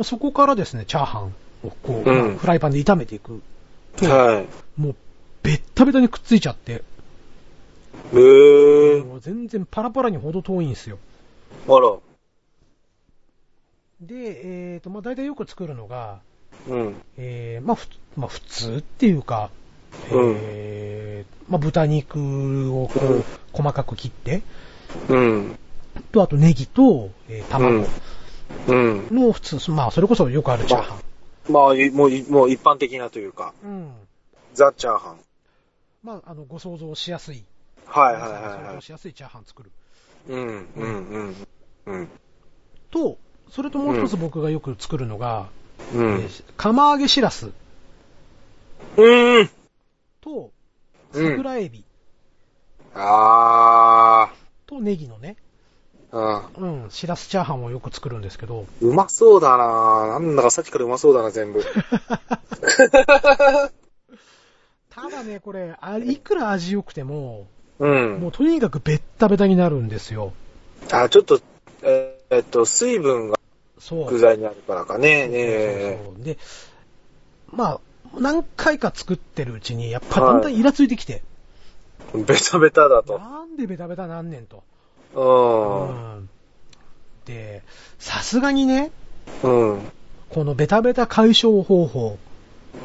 あそこからですね、チャーハンをこう、
うん
まあフライパンで炒めていくと、
はい。
もう、べったべたにくっついちゃって、
うーん。
もう全然パラパラにほど遠いんですよ。
あら。
で、えーと、まあ、大体よく作るのが、
うん。
えー、まあ、ふつ、まあ、普通っていうか、
うん
えー、まあ、豚肉をこ
う、
うん細かく切って、
うん。
と、あとネギと、えー卵
うん。
の普通、まあ、それこそよくあるチャーハン。
まあ、いもうい、もう一般的なというか、
うん。
ザ・チャーハン。
まあ、あの、ご想像しやすい。
はいはい
皆さんが
はい
想
は
像しやすいチャーハン作る。
い。うん、うん、うん。うん。
と、それともう一つ僕がよく作るのが、
う
え
ん。
ー釜揚げしらす
うん。
と、
うん
桜エビ
あ
とネギのね、
ー。あ
うん、しらすチャーハンをよく作るんですけど、
ーうまそうだななんだかさっきからうまそうだな、全部。
ただね、これ、あいくら味良くても、
う
も
ん
う。とにかくベッタベタになるんですよ。
あ、ちょっと、えーえっと、水分が
そう。
具材にあるからかね。
そう
ねえ。
そうそうで、まあ、何回か作ってるうちに、やっぱだんだんイラついてきて、
ベタベタだと。
なんでベタベタなんねんと。
う
うんで、さすがにね、
ん。うん。
このベタベタ解消方法、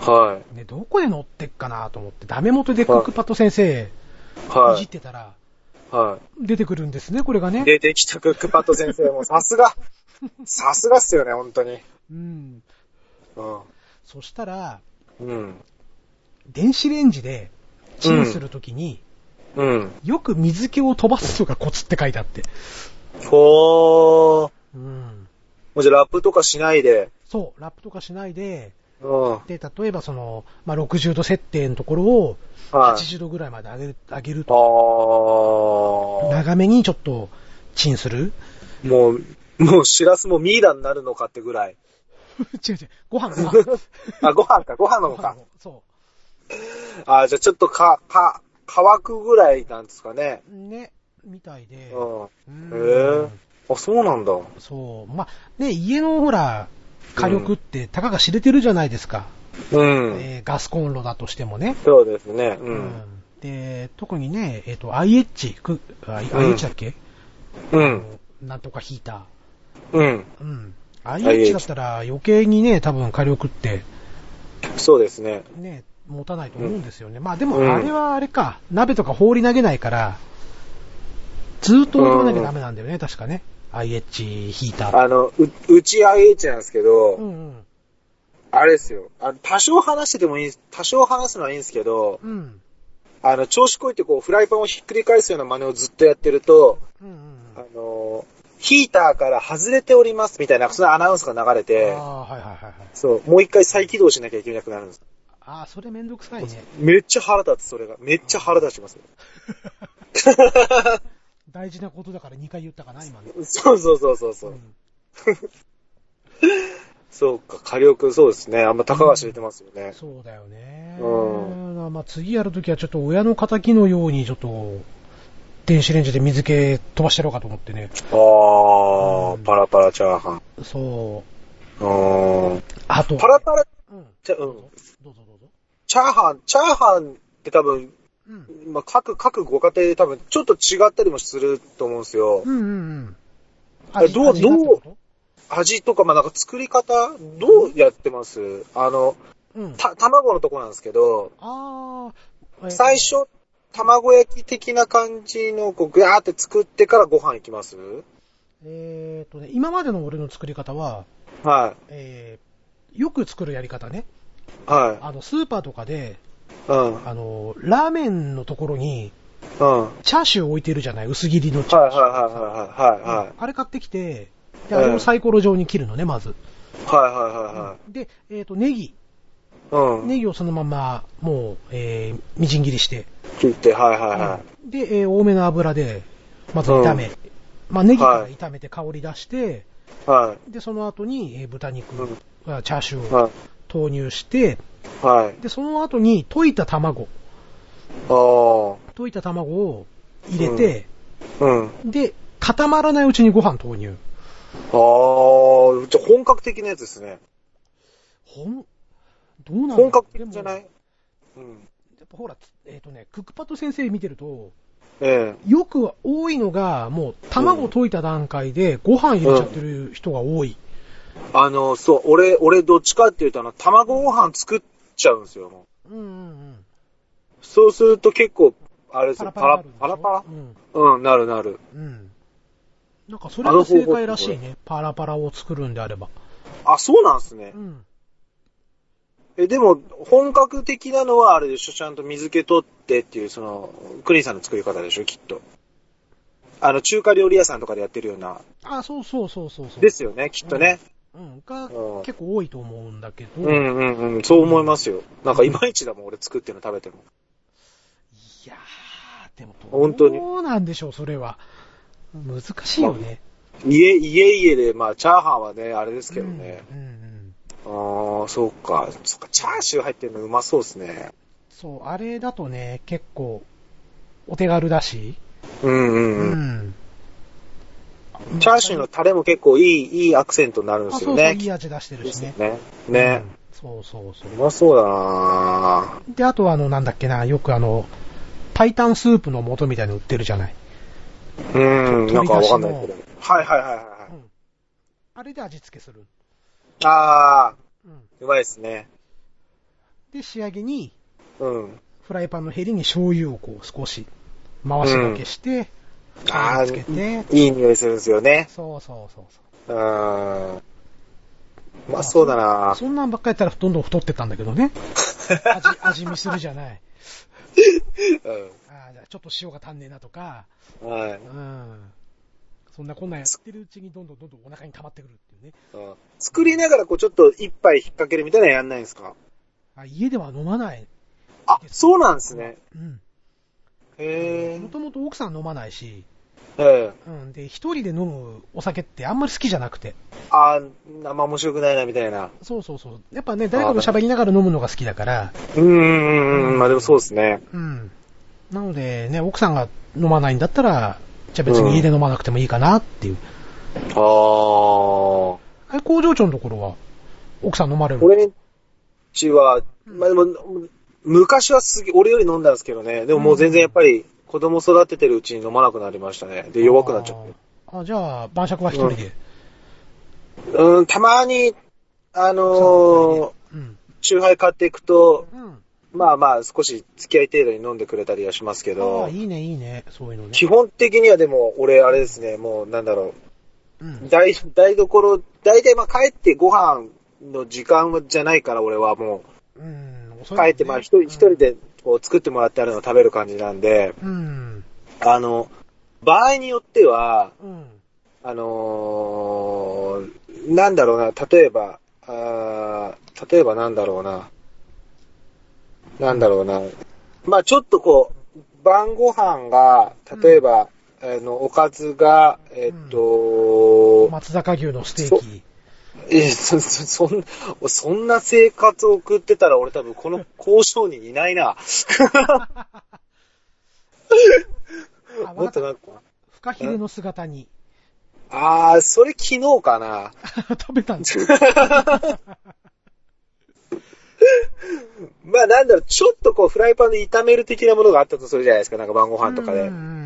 はい。
ね、どこへ乗ってっかなと思って、ダメ元でクックパッド先生、い
は
じっ
い。
てたら、
はい。
出てくるんですね、これがね。
出てきたクックパッド先生もさすが、さすがっすよね、本当に。
うん。
う
そしたら、
ん。うん。
電子レンジでチンするときに、
うん。
よく水気を飛ばすのがコツって書いてあって。
ほー。
うん。
もうじゃあラップとかしないで。
そう、ラップとかしないで、
うん。
で、例えばその、まあ、60度設定のところを
はい。
80度ぐらいまで上げる、上げる
あ
と、
ー。
長めにちょっとチンする [LAUGHS]
もう、もうシラスもミイラになるのかってぐらい。
違う違う、ご飯ご飯。
[LAUGHS] あ、ご飯か、ご飯な
ご
の
飯
か。
をそ
あーじゃあちょっとか、か、乾くぐらいなんですかね。
う。ね、みたいで。
うん。
うん
へーあ、そうなんだ。
そう。まあ、ね、家のほら、火力ってたかが知れてるじゃないですか。
うん。
えーガスコンロだとしてもね。
そうですね。う。
うんで、特にね、えっ、と、IH、くあ IH だっけ、
うん。
なんとかヒータ
うん。
ー。うん。IH だったら余計にね、多分火力って
そうですね。
ね、持たないと思うんですよね。まあでも
う、ん
あれはあれか、鍋とか放り投げないから、ずっと置いとかなきゃダメなんだよね、確かね。IH ヒーター。
あの、う、うち IH なんですけど、
うんうん。
あれですよ。あの、多少話しててもいいんです、多少話すのはいいんですけど、
うん。
あの、調子こいてこう、フライパンをひっくり返すような真似をずっとやってると、
うんうんうん。
あの、ヒーターから外れておりますみたいな、そのアナウンスが流れて
あ、あ、はいはいはいはい。
そう、もう一回再起動しなきゃいけなくなるんです。
ああ、それめんどくさいね。
めっちゃ腹立つ、それが。めっちゃ腹立ちますよ。
[LAUGHS] 大事なことだから2回言ったかな、今ね。
そうそうそうそうそうう。
ん
そうか、火力、そうですね。あんま高が知れてますよね。
そうだよね。
う
まあ次やるときはちょっと親の仇のようにちょっと、電子レンジで水気飛ばしてやろうかと思ってね。
あ
う
ー、
ん
パラパラチャーハン。
そう。
うーん。
あと、
パラパラ、
うん。
チャうん。
どうぞどうぞ。
チャーハン、チャーハンって多分、
うん。
まあ、各、各ご家庭で多分、ちょっと違ったりもすると思うんですよ
う。んうんうん。
あどう
味がってこと
味とか、まあ、なんか作り方、どうやってますあの、
うん。
た、卵のとこなんですけど、
あー。えー
最。初、卵焼き的な感じの、こう、ぐわーって作ってからご飯行きます
えーとね、今までの俺の作り方は、
は
えー、よく作るやり方ね。
い。は
あの、スーパーとかで、
い。うん。うん。
あの、ラーメンのところに、
は
チャーシュー置いてるじゃない薄切りの
い
チャ
は
ー
い
シュー。
はいはいはい。
あれ買ってきて、で、あれをサイコロ状に切るのね、まず。
はいはいはいは
で、えっ、と、ネギ。
い。うん。
ネギをそのまま、もう、えー、みじん切りして。
切って、はいはいはい。
で、えー多めの油で、まず炒め。
うん
まあ、ネギから
はい
炒めて香り出して、
は
で、その後に、えー豚肉、
うん
あチャーシュ
い。
ーを
は
投入して、
い。はい。
で、その後に溶いた卵。
あー。
溶いた卵を入れて、
うん。
で、固まらないうちにご飯投入。
あー、じゃあ本格的なやつですね。
ほん、どうなんだろう
本格的じゃな
で
い
も
うん。
やっぱほら、えっ、とね、クックパッド先生見てると、
え
よく多いのが、もう卵溶いた段階でご飯入れちゃってる人が多い。
え。あの、そう、俺、俺どっちかっていうと、あの、卵ご飯作っちゃうんですよ、もう。
うんうん
そうすると結構、あれ
うん。
ですよ、パラ、パラパラうん、なるなる。
うん。うん。なんかそれが正解らしいね。パラパラを作るんであれば。
あ、そうなんすね
う。ん。
え、でも、本格的なのはあれでしょ、ちゃんと水気取ってっていう、その、クリンさんの作り方でしょ、きっと。あの、中華料理屋さんとかでやってるような。
あ、そうそうそうそうそう。
ですよね、きっとね。
うん。が
うん
結構多いと思うんだけど、
う
い
んうんうん、そう思いますよ。なんかいまいちだもん、俺作ってるの食べても。
やー、でも
本当に
どうなんでしょう、それは。難しいよね。
家、家々で、まあ、チャーハンはね、あれですけどね。
うんうんうん。
ああ、そうか。そっか、チャーシュー入ってるのうまそうですね。
そう、あれだとね、結構、お手軽だし。
うんう
うん
うん。
ん。
チャーシューのタレも結構いい、いいアクセントになるんですよ
あ、そう
ね。
そう、いい味出してるしね。
ね。ね
う。んそうそうそう
まそうだな
う。で、あとはあの、なんだっけな、よくあの、タイタンスープの素みたいなの売ってるじゃない。
ぁうん、なんかわかんないけ
鶏
ど
だ。
はいはいはいは
うん。あれで味付けする。
い。あ
うん。
ー、うまいですね。
で、仕上げに、
うん。
フライパンのヘリに醤油をこう少し回しがけして、
あ
つけ
ー、
て、
いい匂いするんですよね。
そうそうそうそう。
うーん。うまそうだなぁ
そんなんばっかりやったらどんどん太ってったんだけど
[LAUGHS]
ね。味、味見するじゃない。ああ、じゃあちょっと塩が足んねえなとか、
うん。はい。
うん。そんなこんなんやってるうちにどんどんどんどんお腹に溜まってくるっていうね。
うん作りながらこうちょっと一杯引っ掛けるみたいなのやんないんですか
あ家では飲まない。
あ、そうなんですね。
うん。
へ
もともと奥さん飲まないし、
え。うん。
うん。で、一人で飲むお酒ってあんまり好きじゃなくて。
あー、あんま面白くないなみたいな。
そうそうそう。やっぱね、誰かと喋りながら飲むのが好きだから、
うんうんうん。まあでもそうですね。
うん。なのでね、奥さんが飲まないんだったら、じゃあ別に家で飲まなくてもいいかなっていう。
あー。
あれ工場長のところは、奥さん飲まれるの
俺んちは、まあ、でも、昔はすげえ、俺より飲んだんですけどね。でももう全然やっぱり、子供育ててるうちに飲まなくなりましたね。で、弱くなっちゃって。
あーあ、じゃあ、晩酌は一人で。
うん、たまに、あのー、
うん。
チューハイ買っていくと、
うん。
まあまあ少し付き合い程度に飲んでくれたりはしますけ
ああ、
ど、
いいね、いいね。そういうのね。
基本的にはでも、俺あれですね、もうなんだろ
うん
う、。台、台所、大体まあ帰ってご飯の時間じゃないから俺はも
うん。
う、
遅いもん
帰
ね
ってまあ一人、一人。でこう作ってもらってあるのを食べる感じなんで、
うん。
あの、場合によっては、
うん。
あのーなんだろうな、例えば、あー例えばなんだろうな、なんだろうな、まあちょっとこう、晩ご飯が、例えば、あの、おかずが、えっと、
松坂牛のステーキ。
えそ、そ、そん、そんな生活を送ってたら俺多分この交渉人いないな。
あ、わ
もっ
か
と
っ
なんか、
た。フカヒレの姿に。 [LAUGHS]
あー、それ昨日かな。
食べたんですよ。
まあなんだろう、ちょっとこうフライパンで炒める的なものがあったとするじゃないですか、なんか晩ご飯とかで。
うんうん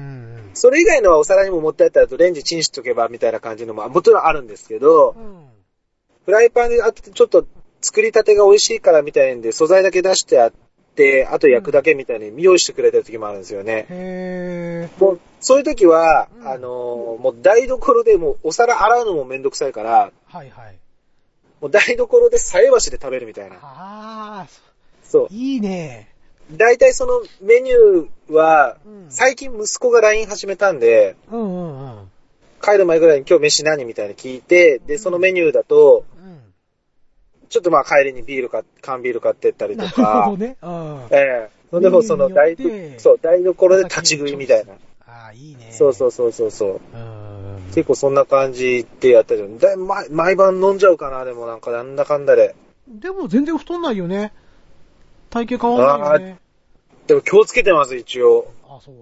それ以外のはお皿にも持ってあったらとレンジチンしとけばみたいな感じのも、もちろんあるんですけど
う、ん。うん。
フライパンであってちょっと作りたてが美味しいからみたいんで、素材だけ出してあって、あと焼くだけみたいに用意してくれてる時もあるんですよね。
へ
もう、そういう時は
う、ん
あのーもう台所でもうお皿洗うのもめんどくさいから、
ー。はいはい。
もう台所で菜箸で食べるみたいな。
あー、そ
そう。
いいね。
大体そのメニューは
うん、
最近息子が LINE 始めたんで、
うんうんうん。
帰る前ぐらいに今日飯何みたいに聞いて、で、そのメニューだと、
うん。
ちょっとまあ帰りにビールか、缶ビール買ってったりと
なるほ
か
ど、ね。うん。
ええそれでもその台
メニューによっ、て
そう、台所で立ち食いみたいな。
あー、いいね。
そうそうそうそうそう。
うーん。
結構そんな感じでやったじゃん。だ毎毎晩飲んじゃうかな、でもなんかなんだかんだで。
でも全然太んないよね。体型変わんないよね。
でも気をつけてます、一応。
あ、そう。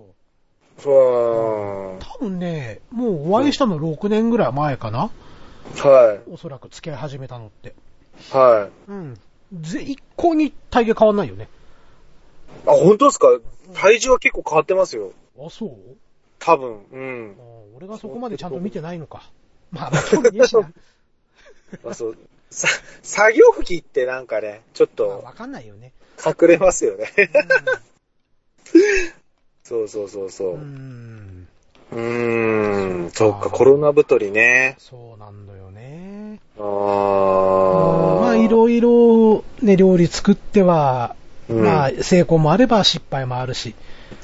そう。
多分ね、もうお会いしたの6年ぐらい前かな、
は
おそらく付き合い始めたのって。
い。はい。
うん。ぜ一向に体型変わんないよね。
あ、本当ですか体重は結構変わってますよ。
あ、そう
多分。うん
あ。俺がそこまでちゃんと見てないのか。 [LAUGHS] まあ、まあ、興味ねえ [LAUGHS] しな。
まあそう。 [LAUGHS] さ、作業着ってなんかね、ちょっ
まあ
と
わかんないよね。
隠れますよね。
う
[LAUGHS] そうそうそうそ
ん。うん
う。うーん。
そ
そうっ
か
か、コロナ太りね。
そうなんだよね。
あー
まあ、いろいろ、ね、料理作っては、
うん
まあ
はい、
成功もあれば失敗もあるし。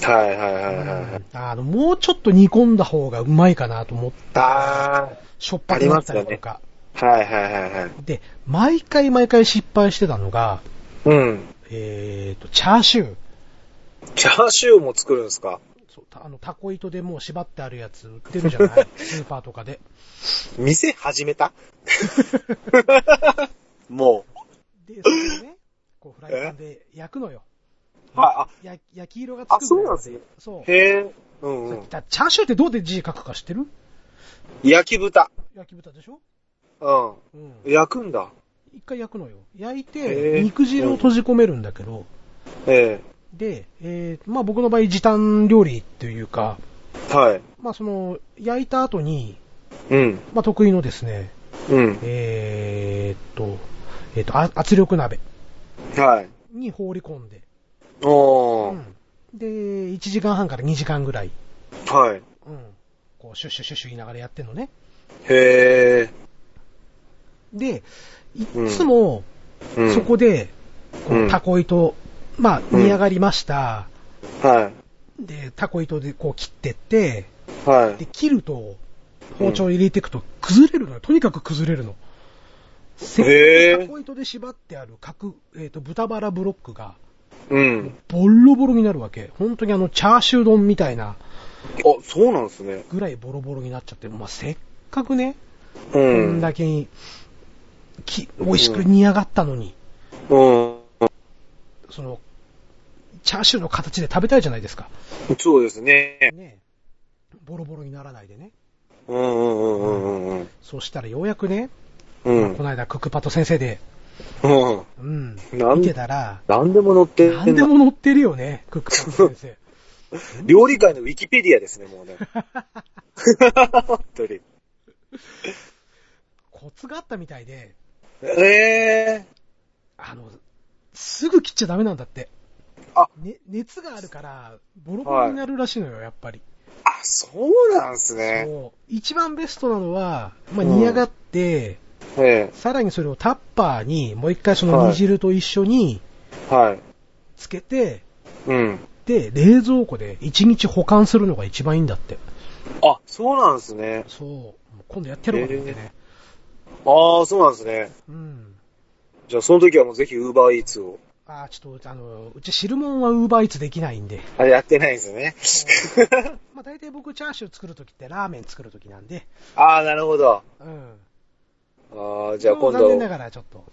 はいはいは
う
いは
ん。
い
あの、もうちょっと煮込んだ方がうまいかなと思って、
あ
しょっぱくなったりとか。
ー。はいはいはいはい。
で、毎回毎回失敗してたのが、
うん。
えーと、チャーシュー。
チャーシューも作るんですか
そう、たあの、タコ糸でもう縛ってあるやつ売ってるじゃ
[LAUGHS]
ないスーパーとかで。
店始
[LAUGHS]
めたもう。
で、それをね、こう、フライパンで焼くのよ。
は
や焼き色がつくぐらいま
あそうなんで
そう。
い、へえ。うんうん。
だチャーシューってどうで字書くか知ってる
焼き豚。
焼き豚でしょ
うん。
うん。
焼くんだ。
一回焼くのよ。焼い
へ
て、
ー
肉汁を閉じ込めるんだけど、
え
で、えー、まあ僕の場合時短料理っていうか、
えはい。
まあその、焼いた後に、
うん。
まあ得意のですね、
うん。
えー、っと、えーっと、あ圧力鍋
はい。
に放り込んで、
おー。
うんで、1時間半から2時間ぐらい、
はい。
うん、こう、シュッシュッシュッシュ言いながらやってんのね。
へえ。
で、いっつも、
うん。
そこで、こ
う
う、
ん
タコ糸、まあ、
うん
煮上がりました。
は
で、タコ糸でこう切ってって、
い。は
で、
い。
切ると、包丁入れていくと崩れるのよ。とにかく崩れるの。
へー
タコ糸で縛ってある角、えっ、と、豚バラブロックが、
うん。
ボロボロになるわけ。本当にあの、チャーシュー丼みたいな
あ、そうなんですね。
ぐらいボロボロになっちゃって、まあ、せっかくね、
う
こ
ん。
んだけに、き、美味しく煮上がったのに、
うん。
その、チャーシューの形で食べたいじゃないですか。
そうですね。
ねボロボロにならないでね。
うんうんうんうんうんうん。
そしたらようやくね、
うん
こ。の間クックパッド先生で、
うん。
うん、
なん
見てたら、
何でも乗ってんな
何でも載ってるよね、クックパッド
[LAUGHS]
先
料理界のウィキペディアですね、もう [LAUGHS] ね。
生。
本当に。
コツがあったみたいで、
ええ
あの、すぐ切っちゃダメなんだって。
あ
ね、熱があるから、ボロボロになるらしいのよ、やっぱり。
あ、そうなんすね。
そう一番ベストなのは、まあ、
うん
煮上がって、
ええ
さらにそれをタッパーに、もう一回その煮汁と一緒に
はい。
つけて、
うん。
で、冷蔵庫で一日保管するのが一番いいんだって。
あ、そうなんすね。
そう。もう今度やってやろうかと思ってね。
ああ、そうなんすね。
うん。
じゃあ、その時はもうぜひ Uber Eats を。
ああ、ちょっと、あの、うち汁物はウーバーイーツできないんで。
あ、やってないんですね。
まあ大体僕チャーシュー作るときってラーメン作るときなんで。
[LAUGHS] ああ、なるほど。
うん。
ああ、じゃあ今
残念な
度、
がらちょっと。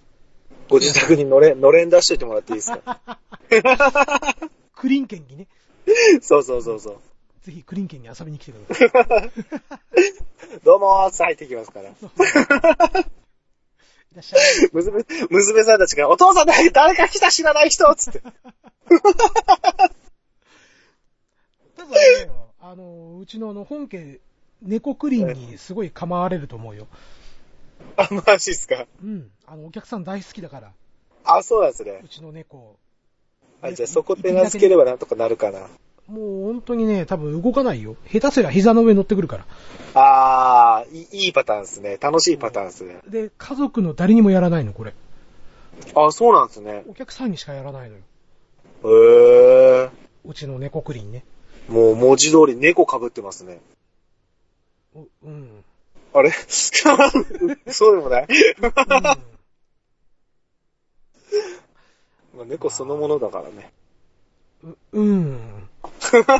ご自宅にのれん、のれん出しといてもらっていいです [LAUGHS] か
クリンケンにね、
そうそうそうそう。
ぜひクリンケンに遊びに来てください。
どうもーって入ってきますから。
いらっしゃい。
娘、娘さんたちが、お父さん誰誰か来た知らない人つって。 [LAUGHS]
ただね、あの、うちのあの本家、猫クリンにすごい構われると思うよ。
あ、マジっすか。
うん。あの、お客さん大好きだから、
あ、そうなんですね
う。ちの猫。
あ、じゃあそこ手なずければなんとかなるかな。
もう本当にね、多分動かないよ。下手すりゃ膝の上に乗ってくるから。
あー、いいいいパターンですね。楽しいパターンですね。
で、家族の誰にもやらないの、これ。
あ、そうなんですね。
お客さんにしかやらないのよ。
へー。
うちの猫クリンね。
もう文字通り猫被ってますね。
ううん。
あれ [LAUGHS] そうでもない、まあ、猫そのものだからね。
うん。ううん。 [LAUGHS] ま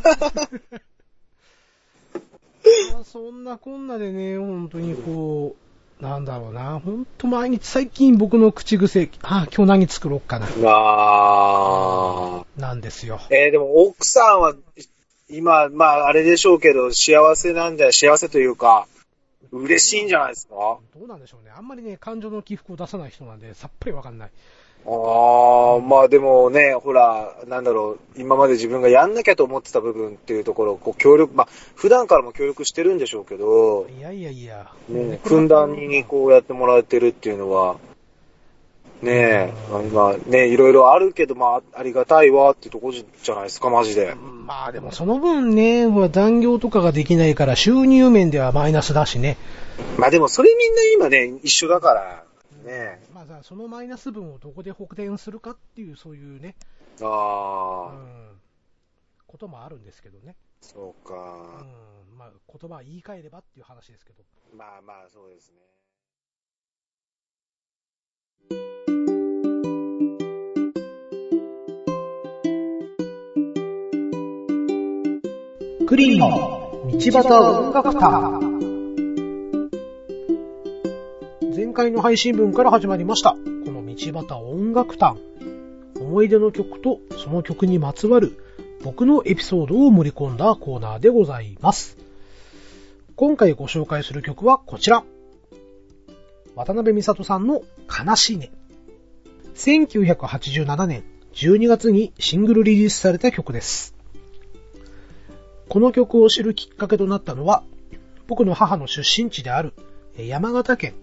あそんなこんなでね、本当にこう、なんだろうな。本当毎日、最近僕の口癖、あ、今日何作ろうかな。
あー。
なんですよ。
えー、でも奥さんは、今、まああれでしょうけど、幸せなんじゃ、幸せというか、嬉しいんじゃないですか
どうなんでしょうね。あんまりね、感情の起伏を出さない人なんで、さっぱりわかんない。
ああ、まあでもね、ほら、なんだろう、今まで自分がやんなきゃと思ってた部分っていうところを、こう協力、まあ、普段からも協力してるんでしょうけど、
いやいやいや。
ね、ふんだんにこうやってもらえてるっていうのは、ねえ、まあ今ね、いろいろあるけど、まあ、ありがたいわっていうとこじゃないですか、マジで。
まあでもその分ね、ほら残業とかができないから収入面ではマイナスだしね。
まあでも、それみんな今ね、一緒だから、ね
まあさそのマイナス分をどこで補填するかっていうそういうね、
え。
う
ああ、
ん、こともあるんですけどね。
そう
う
か。
ん、まあ言葉は言い換えればっていう話ですけど。
まあまあ、そうですね。
クリーンの道端音楽館前回の配信分から始まりました。この道端音楽館。思い出の曲とその曲にまつわる僕のエピソードを盛り込んだコーナーでございます。今回ご紹介する曲はこちら。渡辺美里さんの悲しいね。1987年12月にシングルリリースされた曲です。この曲を知るきっかけとなったのは、僕の母の出身地であるえー山形県、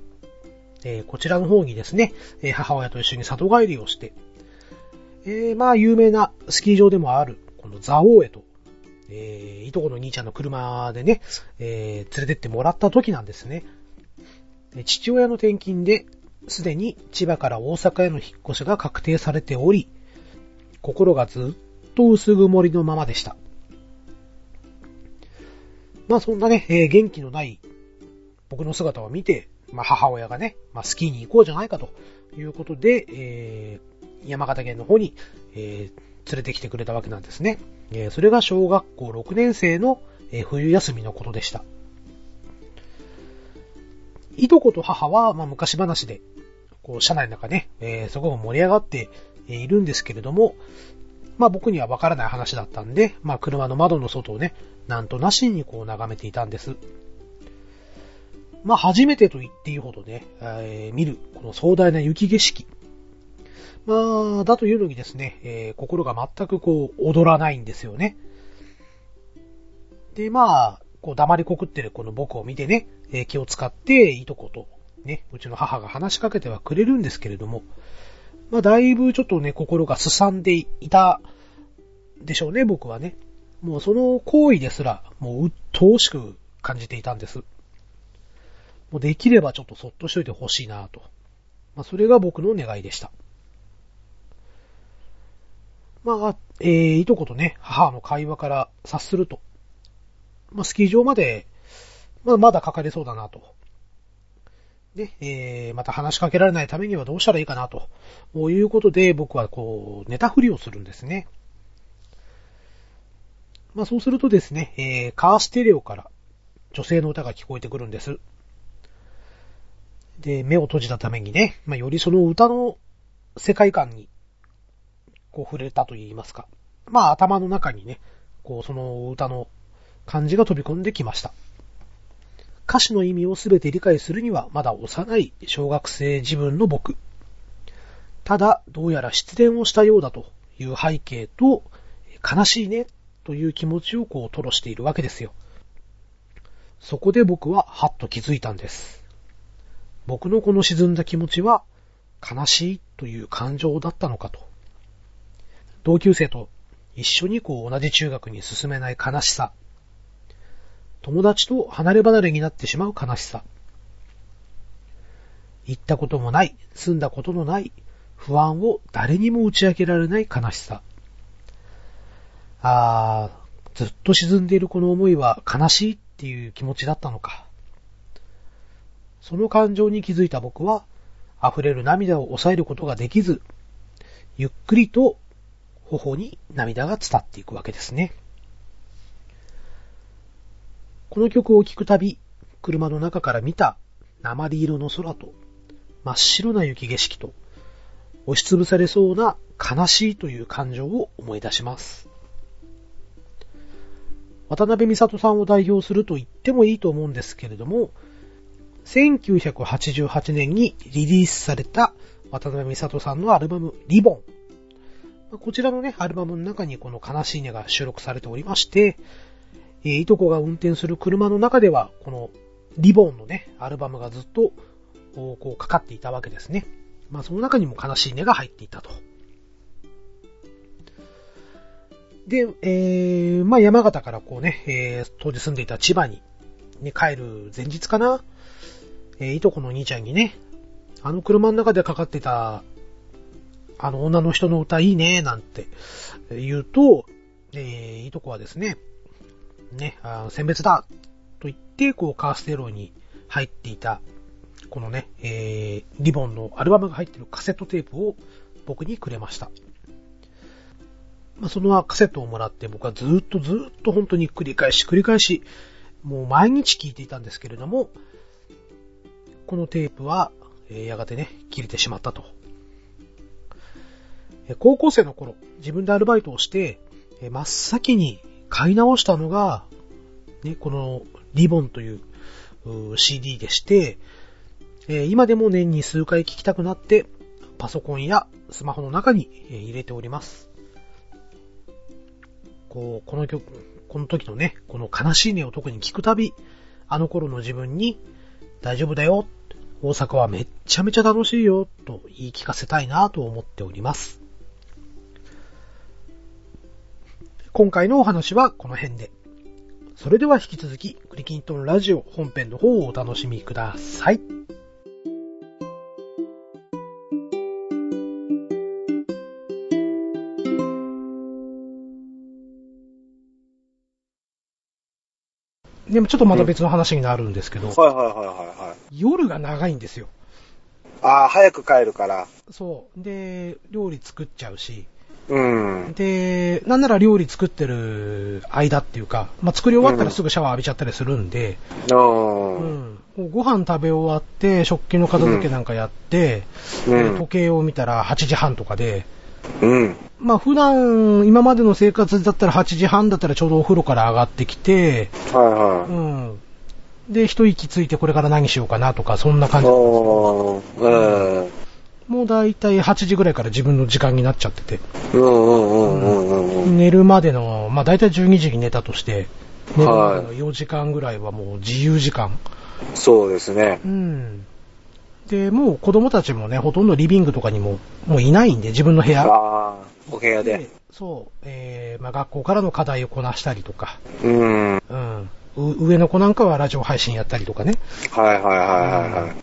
えーこちらの方にですね、えー母親と一緒に里帰りをして、えーまあ有名なスキー場でもある、この蔵王へと、えーいとこの兄ちゃんの車でね、えー連れてってもらった時なんですね。で父親の転勤で、すでに千葉から大阪への引っ越しが確定されており、心がずっと薄曇りのままでした。まあそんなね、えー元気のない僕の姿を見て、まあ母親がね、まあスキーに行こうじゃないかということで、えー山形県の方に、えー連れてきてくれたわけなんですね。えーそれが小学校6年生の、えー冬休みのことでした。いとこと母は、まあ昔話で、こう車内の中ね、えーすごく盛り上がってえーいるんですけれども、まあ僕にはわからない話だったんで、まあ車の窓の外をね、なんとなしにこう眺めていたんです。まあ初めてと言っていいほどね、えー見るこの壮大な雪景色。まあ、だというのにですね、えー心が全くこう踊らないんですよね。で、まあ、こう黙りこくってるこの僕を見てね、えー気を使っていとこと、ね、うちの母が話しかけてはくれるんですけれども、まあ、だいぶちょっとね、心がすさんでいたでしょうね、僕はね。もうその行為ですら、もう鬱陶しく感じていたんです。もうできればちょっとそっとしといてほしいなと。まあ、それが僕の願いでした。まあ、えー、いとことね、母の会話から察すると、まあ、スキー場まで、まあ、まだかかりそうだなと。で、えー、また話しかけられないためにはどうしたらいいかなと。こういうことで僕はこう、寝たふりをするんですね。まあそうするとですね、えー、カーステレオから女性の歌が聞こえてくるんです。で、目を閉じたためにね、まあよりその歌の世界観に、こう触れたと言いますか。まあ頭の中にね、こうその歌の感じが飛び込んできました。歌詞の意味を全て理解するにはまだ幼い小学生自分の僕。ただ、どうやら失恋をしたようだという背景と、悲しいねという気持ちをこう吐露しているわけですよ。そこで僕ははっと気づいたんです。僕のこの沈んだ気持ちは、悲しいという感情だったのかと。同級生と一緒にこう同じ中学に進めない悲しさ。友達と離れ離れになってしまう悲しさ。行ったこともない、住んだことのない、不安を誰にも打ち明けられない悲しさ。あー、ずっと沈んでいるこの思いは悲しいっていう気持ちだったのか。その感情に気づいた僕は、溢れる涙を抑えることができず、ゆっくりと頬に涙が伝っていくわけですね。この曲を聴くたび、車の中から見た鉛色の空と、真っ白な雪景色と、押しつぶされそうな悲しいという感情を思い出します。渡辺美里さんを代表すると言ってもいいと思うんですけれども、1988年にリリースされた渡辺美里さんのアルバムリボン。こちらのね、アルバムの中にこの悲しいねが収録されておりまして、えー、いとこが運転する車の中では、このリボンのね、アルバムがずっと、こう、かかっていたわけですね。まあ、その中にも悲しいねが入っていたと。で、えー、まあ、山形からこうね、えー、当時住んでいた千葉に、ね、帰る前日かな、えー、いとこの兄ちゃんにね、あの車の中でかかってた、あの女の人の歌いいね、なんて言うと、えー、いとこはですね、ね、あ選別だと言って、こう、カーステロに入っていた、このね、えー、リボンのアルバムが入ってるカセットテープを僕にくれました。まあ、そのカセットをもらって僕はずっとずっと本当に繰り返し繰り返し、もう毎日聴いていたんですけれども、このテープは、えやがてね、切れてしまったと。高校生の頃、自分でアルバイトをして、え真っ先に買い直したのが、ね、このリボンというう CD でして、え今でも年に数回聴きたくなって、パソコンやスマホの中に、え入れております。こう、この曲、この時のね、この悲しいねを特に聴くたび、あの頃の自分に、大丈夫だよ、大阪はめっちゃめちゃ楽しいよ、と言い聞かせたいなと思っております。今回のお話はこの辺で。それでは引き続き、クリキントンラジオ本編の方をお楽しみください。でもちょっとまた別の話になるんですけど、うん、
はいはいはいはい、はい。
夜が長いんですよ。
ああ、早く帰るから。
そう。で、料理作っちゃうし。
うん。
で、なんなら料理作ってる間っていうか、まあ、作り終わったらすぐシャワー浴びちゃったりするんで、。
うん
うん、ご飯食べ終わって、食器の片付けなんかやって、うん、時計を見たら8時半とかで、
うん。
まあ普段、今までの生活だったら8時半だったらちょうどお風呂から上がってきて、
はいはい。
うん。で、一息ついてこれから何しようかなとか、そんな感じなんです
よ。うん。
もうだいたい8時ぐらいから自分の時間になっちゃってて。
うんうんうんうんうん。
寝るまでの、まあだいたい12時に寝たとして、寝るまでの4時間ぐらいはもう自由時間。
そうですね。
うん。で、もう子供たちもね、ほとんどリビングとかにも、もういないんで、自分の部屋。
ああ、お部屋で。
そう、えー、まあ学校からの課題をこなしたりとか。。
うん。うん
上の子なんかはラジオ配信やったりとかね。
はいはいはいはい。はい。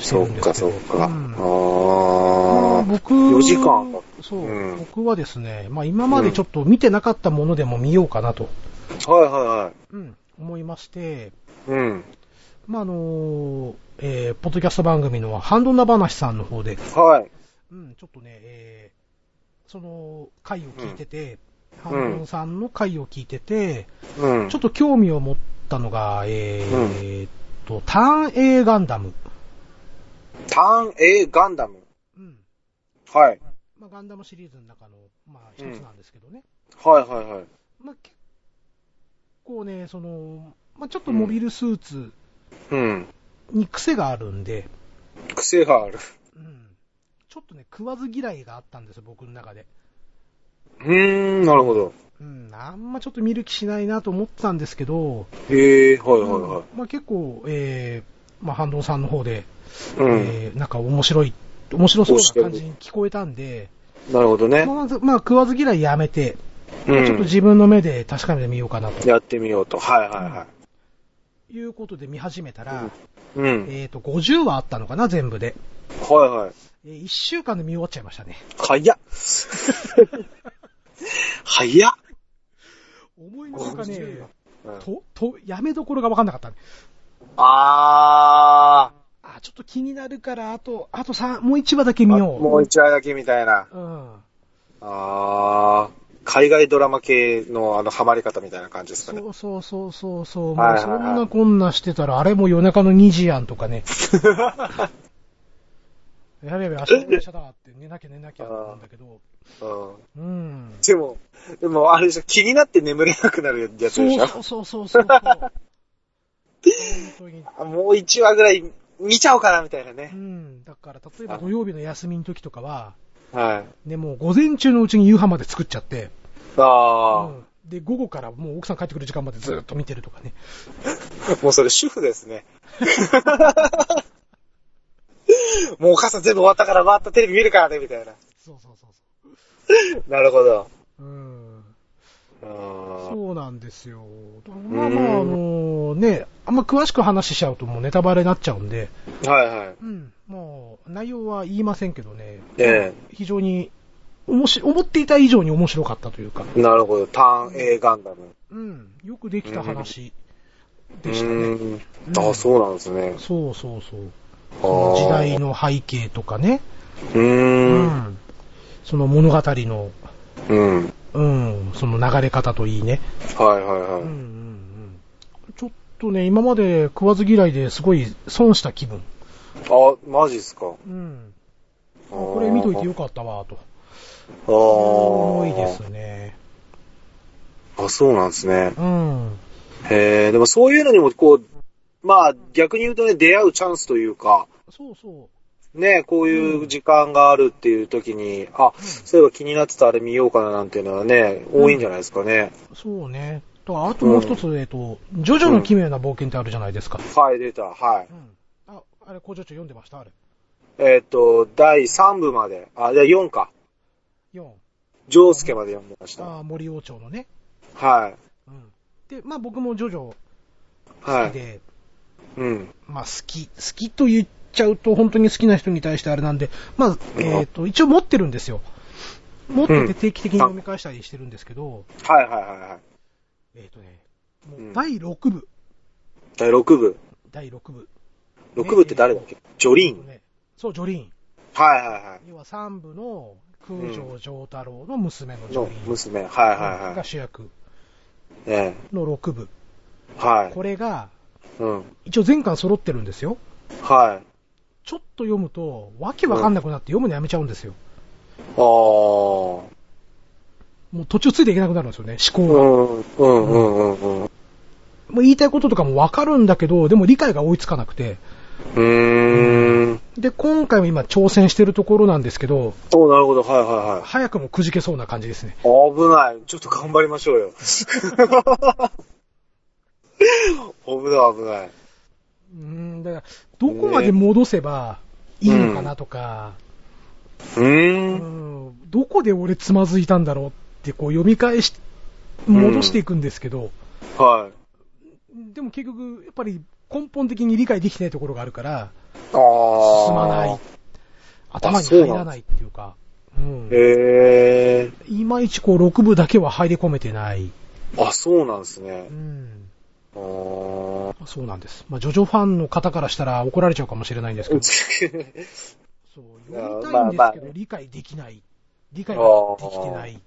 そうかそうか。うん、ああ。
僕、
4時間。
そう、うん、僕はですね、まあ今までちょっと見てなかったものでも見ようかなと。。
うん、はいはいはい
うん、思いまして。
うん。
まあ、あのー、えー、ポッドキャスト番組のハンドナ話さんの方で、
はい。
うん、ちょっとね、えー、その回を聞いてて、うん、ハンドンさんの回を聞いてて、
うん、
ちょっと興味を持ったのが、えー、うん、えー、と、ターン A ガンダム。
ターン A ガンダム
うん。
はい。
まあ、ガンダムシリーズの中の、まあ、一つなんですけどね。
うん、はいはいはい。
まあ、結構ね、その、まあ、ちょっとモビルスーツ、
うん。
に癖があるんで。
癖がある。
うん。ちょっとね、食わず嫌いがあったんですよ、僕の中で。
うーん、なるほど。
うん、あんまちょっと見る気しないなと思ってたんですけど。
へえー、はいはいはい。
うん、まあ結構、えまあ、反動さんの方で、
うん。
えーなんか面白い、面白そうな感じに聞こえたんで、
なるほどね。
まあ、まあ食わず嫌いやめて、
う
ちょっと
ん。
自分の目で確かめてみようかなと
やってみようと。はいはいは
いうことで見始めたら、
い。うん。
えっ、と、50話あったのかな、全部で。
はいはい。
え1週間で見終わっちゃいましたね。
[LAUGHS] 早っ。早っ。
思いのほかね、
うん
と、と、やめどころが分かんなかったね。
あ
あ、ちょっと気になるから、あと、あと3、もう1話だけ
ー。
見
も
よ
う一話だけみたいな。
う。うん。
あー。海外ドラマ系のあの、ハマり方みたいな感じ [LAUGHS] ですかね。
そうそうそうそうそう、
はい
もう
はい
そ
はい
んなこんなしてたら、あれも夜中の2時やんとかね。やべやべ、明日の会社だって寝なきゃ寝なきゃってなんだけど。
うん。
うん。
でも、でもあれでしょ、気になって眠れなくなるやつでしょ。
そうそうそうそうそう。本当に。
あもう一話ぐらい見ちゃおうかなみたいな
う
ね。
ん。だから、例えば土曜日の休みの時とかは、
はい。
ね、もう午前中のうちに夕飯まで作っちゃって、
ああ、
うんで、午後からもう奥さん帰ってくる時間までずっと見てるとかね。
もうそれ主婦ですね。 [LAUGHS] もうお母さん全部終わったから回ったテレビ見るからね、みたいな。
そうそうそうそ
なるほど。
う。うん。
うーん
そうなんですよ。まあまあ、
うん
あのね、あんま詳しく話しちゃうともうネタバレになっちゃうんで、
はいはい。
うん、もう内容は言いませんけどね、
え
非常に、おもし、思っていた以上に面白かったというか、
えなるほど。ターン A ガンダム。
うん、よくできた話
う
でしたね。
ーん。
う
あ
ん
そうなんですね。
そうそうそう。
あ
その
ー
時代。の背景とかね、
うーん。
うんその物語の、
うん。
うん、その流れ方といいね。
はいはいは
う
い。
んうんうん、ちょっとね、今まで食わず嫌いですごい損した気分。
あ、マジっすか。
うん、あ
あー
これ見といてよかったわ、と。
ああ。
多いですね。
あ、そうなんですね。
うん。
へえ、でもそういうのにも、こう、まあ逆に言うとね、出会うチャンスというか、
そうそ
ね、こういう時間があるっていう時に、あ、そういえば気になってたあれ見ようかななんていうのはね、多いんじゃないですかね。
う。そうね。だからあともう一つ、えっと、ジョジョの奇妙な冒険ってあるじゃないですか。
はい、出た。はい。
うん。あ、あれ、工場長読んでましたあれ。
えっ、と、第3部まで、あ、じゃあ4か。
4。
ジョースケまで読んでました。
あー森王朝のね。
はい。
うん。で、まあ僕もジョジョ
は
好き
い。
で、
うん。
まあ好き、好きと言っちゃうと本当に好きな人に対してあれなんで、まあ、えっ、と、一応持ってるんですよ。持って
う
て
ん
定期的に読み返したりしてるんですけど、
はいはいはいはい。
えっ、とね、も
う
うん第6部、
第6部。
第6部。
6部って誰だっけジョリーン。
ね、そう、ジョリーン。
はいはいは
要は3部の空城城太郎の娘の
い。
ジョ
の
リーン
娘。はいはいは
が
い。
主役
え
の6部。
えはい。
これが、
うん。
一応全巻揃ってるんですよ。
はい。
ちょっと読むと、わけわかんなくなって読むのやめちゃうんですよ。
ああ。
もう途中ついていけなくなるんですよね、思考が。
うん、うん、うん、うん。う
もう言いたいこととかもわかるんだけど、でも理解が追いつかなくて。
ーん。
で、今回も今挑戦してるところなんですけど、
おなるほど、はいはいはい。
早くもくじけそうな感じですね。
危ない。ちょっと頑張りましょう [LAUGHS] よ。危ない、危ない。
うーん、だから、どこまで戻せばいいのかなとか、
うー。
うんん、どこで俺つまずいたんだろうってこう読み返し、戻していくんですけど、
はい。
でも結局、やっぱり根本的に理解できてないところがあるから、
ああ。
進まない。。頭に入らないっていうか、うん。
へえ。
いまいちこう6部だけは入り込めてない。
あ、そうなんですね
う。ん。
あー
そうなんです。まあ、ジョジョファンの方からしたら怒られちゃうかもしれないんですけど、そう、読みたいんで
ますあ
け
ま
ど、
あ
理解できない。理解ができてないっ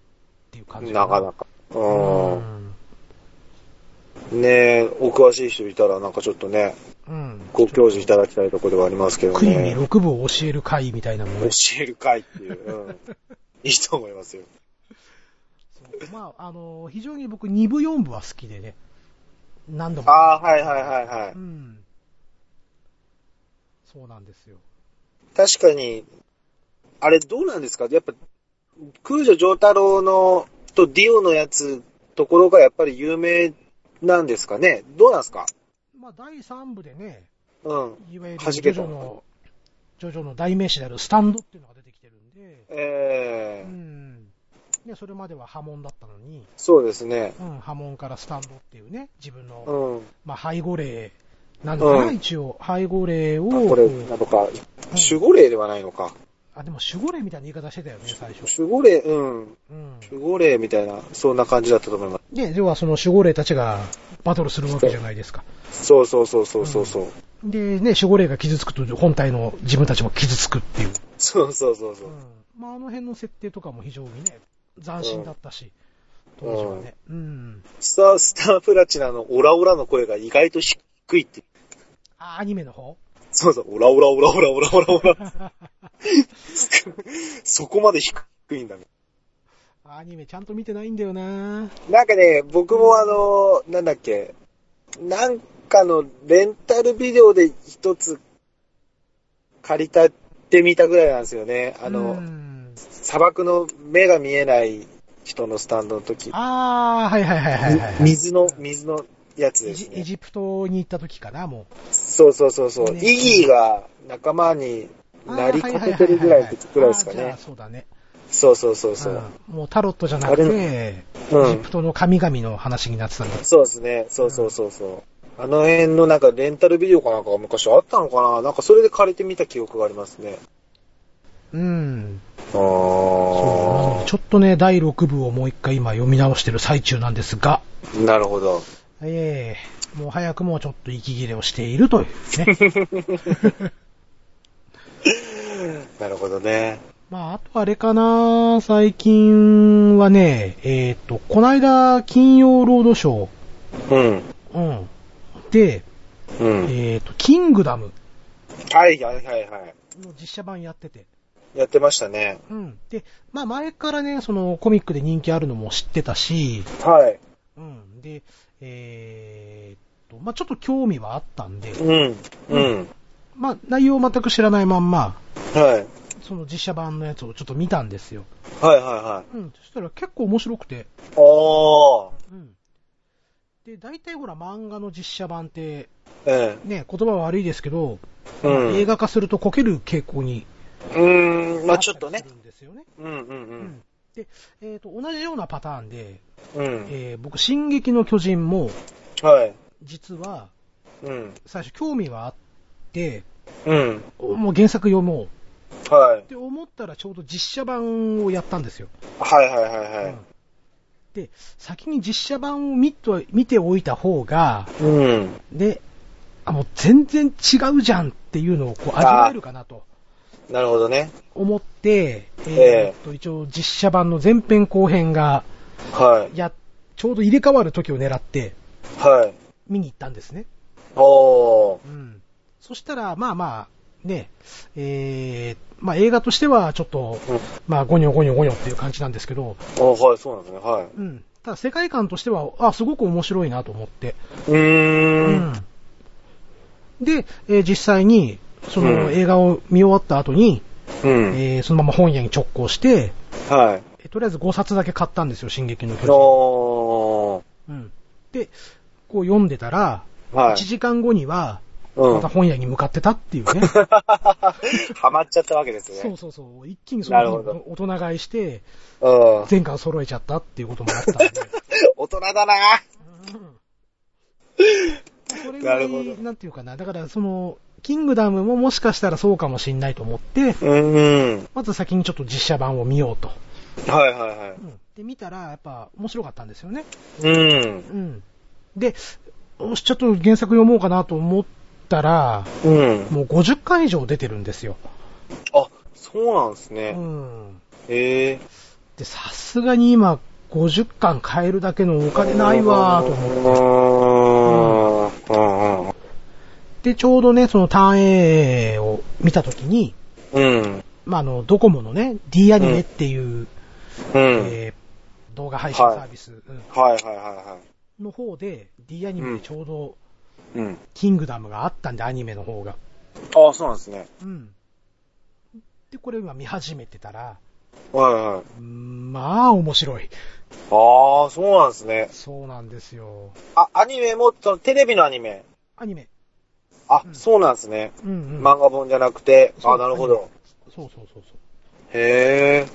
ていう感じ。
[LAUGHS] なかな
か。
か。
う。
うんん。ねえ、お詳しい人いたら、なんかちょっとね、
うん。
ご教示いただきたいところではありますけど
クイーンに
ね。
6部を教える会みたいなもの
教。える会っていう。うん。いいと思いますよ。
そうまあ、あの、非常に僕2部4部は好きでね。何度も。
ああ、はいはいはいは
う
い。
ん。そうなんですよ。
確かに、あれどうなんですかやっぱ、空女上太郎の、とディオのやつ、ところがやっぱり有名なんですかねどうなんですか
まあ、第3部でね、
ううん。
いわゆるジ
弾け
ョジ
た
ョの、ジョジョの代名詞であるスタンドっていうのが出てきてるんで、
ええ
うん。ね、それまでは波紋だったのに、
そうですね。
うん、波紋からスタンドっていうね、自分の、
うん。
まあ、背後霊なのかな、
うん
一応。背後霊を、
あこれ、
こう
なのか、
うん
守護霊ではないのか。
あ、でも守護霊みたいな言い方してたよね、最初。
守護霊、うん。
うん。
守護霊みたいな、そんな感じだったと思いま
で、要はその守護霊たちがバトルするわけじゃないですか。
す。そうそうそうそうそうそう。
で、ね、守護霊が傷つくと本体の自分たちも傷つくっていう。
そうそうそうそうう。
ん。まあ、あの辺の設定とかも非常にね、斬新だったし、当時はね。うん。
スター、スタープラチナのオラオラの声が意外と低いって。
あ、アニメの方
そうそう、オラオラオラオラオラオラオラ。そこまで低いんだね。
アニメちゃんと見てないんだよな
なんかね、僕もあの、なんだっけ、なんかのレンタルビデオで一つ借りたってみたぐらいなんですよね。あの、
うん
砂漠の目が見えない人のスタンドの時。
あー、はいはいはいはいはい、はい。
水の、水のやつ
エ
です
ジ
ね
エ。ジプトに行った時かな、も
そうそうそうそう。
ね
イギーが仲間に
う。
なりかけてるぐらいの時ぐらいですか
あーじゃあ
ね。
そうだね。
そうそうそうそう。
うんもうタロットじゃなく
あ
て、
う
エジ
ん
プ。トの神々の話になってたんだ。
そうですね。そうそうそうそう。あの辺のなんかレンタルビデオかなんかが昔あったのかななんかそれで借りてみた記憶がありますね。
うん。
あ
そうちょっとね、第6部をもう一回今読み直してる最中なんですが、
あ。なるほど。 [LAUGHS]
ええもう早くもちょっと息切れをしているというね。
なるほどね。
まあ、あとあれかな、最近はね、えっ、と、こないだ金曜ロードショ
うん。
ー、うん。で、
うん。
えっ、と、キングダム
はいはいはいはい。
の実写版やってて、
やってましたね。
うん。で、まあ前からね、そのコミックで人気あるのも知ってたし、
はい。
うん。で、えーっと、まあちょっと興味はあったんで、
うん。うん。
まあ内容を全く知らないまんま、
はい。
その実写版のやつをちょっと見たんですよ。
はいはいは
うん。そしたら結構面白くて、
い。ああ。
うん。で、大体ほら漫画の実写版って、
え
ね、言葉は悪いですけど、
え。うん。
映画化するとこける傾向に
うーん。まあちょっと
あ
ね
た。りするんですよね。
うんう
うんん。で、えーっと、同じようなパターンで、
うん。うん。
えー僕、進撃の巨人も、
はい。
実は、
うん。
最初興味はあって、
うん。
もう原作読もうっ
はい。
て思ったらちょうど実写版をやったんですよ。
はいはいはいは
う
い
ん。で、先に実写版を見と見ておいた方が、
うん。
で、あ、もう全然違うじゃんっていうのをこう味わえるかなと
なるほどね。
思って、えー
ええ
っと、一応実写版の前編後編が、
はい。
や、ちょうど入れ替わる時を狙って
はい。
見に行ったんですね。
おー。
うん。そしたら、まあまあ、ね、えー、まあ映画としてはちょっと、
うん
まあゴニョゴニョゴニョっていう感じなんですけど、
あはい、そうなんですね。はい。
うん。ただ世界観としては、あ、すごく面白いなと思って。
うーん。
で、えー実際に、その
うん
映画を見終わった後に、
うん。
えーそのまま本屋に直行して、
はい。
えーとりあえず5冊だけ買ったんですよ、進撃の巨人。
おー。
うん。で、こう読んでたら、1
はい。
時間後には、
う
ま
ん
た。本屋に向かってたっていうね。
[LAUGHS] ハマっちゃったわけですね。
そうそうそう。一気にその
なるほ
日
ど
大人買いして、
うん。
全巻揃えちゃったっていうこともあったん
[LAUGHS]
で。
大人だな
それぐら
なるほ
い、
ど
なんていうかな。だから、その、キングダムももしかしたらそうかもしんないと思って、
うん。
まず先にちょっと実写版を見ようと。
はいはいは
うんで、見たら、やっぱ面白かったんですよね。
い。うん。
うん。で、よしちょっと原作読もうかなと思ったら、
うん。
もう50巻以上出てるんですよ。
あ、そうなんです
う
ね。
ん。
へえ。
で、さすがに今、50巻買えるだけのお金ないわーと思って。
思って。うん。
で、ちょうどね、そのターン A を見たときに、
うん。
まあ、あの、ドコモのね、D アニメっていう、
うん。
えー動画配信サービスうん
はいはいはいは
の方で、D アニメでちょうど、
い。うん。
キングダムがあったんで、アニメの方が。
あ、そうなんですね。
うん。で、これ今見始めてたら、
はいはい。
うんまあ、面白い。
ああ、そうなんですね。
そうなんですよ。
あ、アニメも、そのテレビのアニメ。
アニメ。
あ
う、ん
そうなんですね。
うんうん。
漫画本じゃなくて、
そう
あ、なるほど。
そうそうそうそう。
へえ。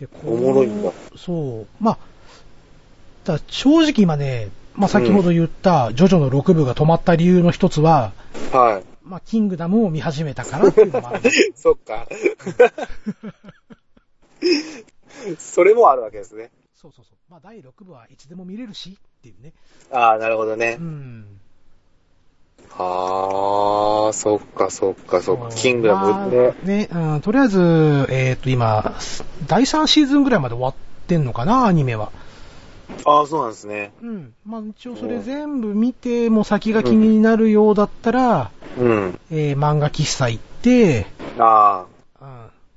で、こ
おもろいんだ。
そう。まあ、だ正直今ね、まあ先ほど言った、ジョジョの6部が止まった理由の一つは、
は
まあ、キングダムを見始めたからっていうのもあるんです。
い。 [LAUGHS] そっか。それもあるわけですね。
そうそうそう。まあ、第6部はいつでも見れるしっていうね。
ああ、なるほどね
う。ん。
ああ、そっかそっかそっか。キングダムね
ま。あね、うん、とりあえず、えっ、と、今、第3シーズンぐらいまで終わってんのかな、アニメは。
ああ、そうなんですね。
うん。まあ、一応それ全部見て、もう先が気になるようだったら、
うん。
えー漫画喫茶行って、
ああ、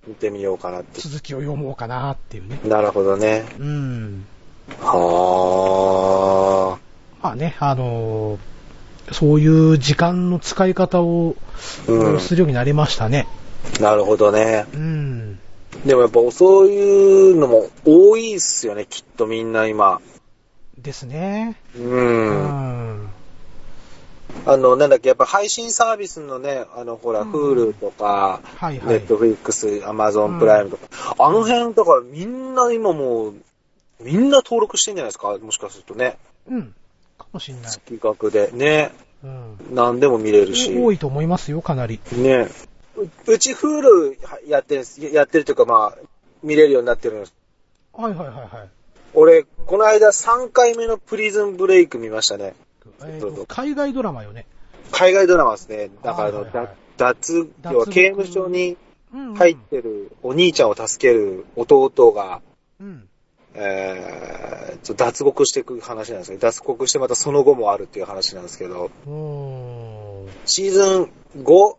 うん、
見てみようかなって。
続きを読もうかなっていうね。
なるほどね。
うん。
は
まあね、あのーそういう時間の使い方を、
あ。うん。
するようになりましたね。
なるほどね。
うん。
でもやっぱそういうのも多いっすよね、きっとみんな今。
ですね。
う。
うんん。
あの、なんだっけ、やっぱ配信サービスのね、あの、ほら、
うん
Hulu とか、
はいは
ネ
い
ッ。トフリックス、アマゾンプライムとか、あの辺、だからみんな今もう、みんな登録してんじゃないですかもしかするとね。
うん。かもしんない。
月額で。ね。
うん。
何でも見れるし。
多いと思いますよ、かなり。
ねううち Hulu やってるんです、やってるというかまあ、見れるようになってるんです。
はいはいはいはい。
俺、この間3回目のプリズンブレイク見ましたね。
え
ど
ー
う
と
ぞ
海外ドラマよね。
海外ドラマですね。だから
は
あの、
いはいはい
だ脱、
脱獄
要は刑務所に
うん、うん。
入ってるお兄ちゃんを助ける弟が、
うん。
えー、ちょっと脱獄していく話なんですけど、脱獄してまたその後もあるっていう話なんですけど、
おー。
シーズン5、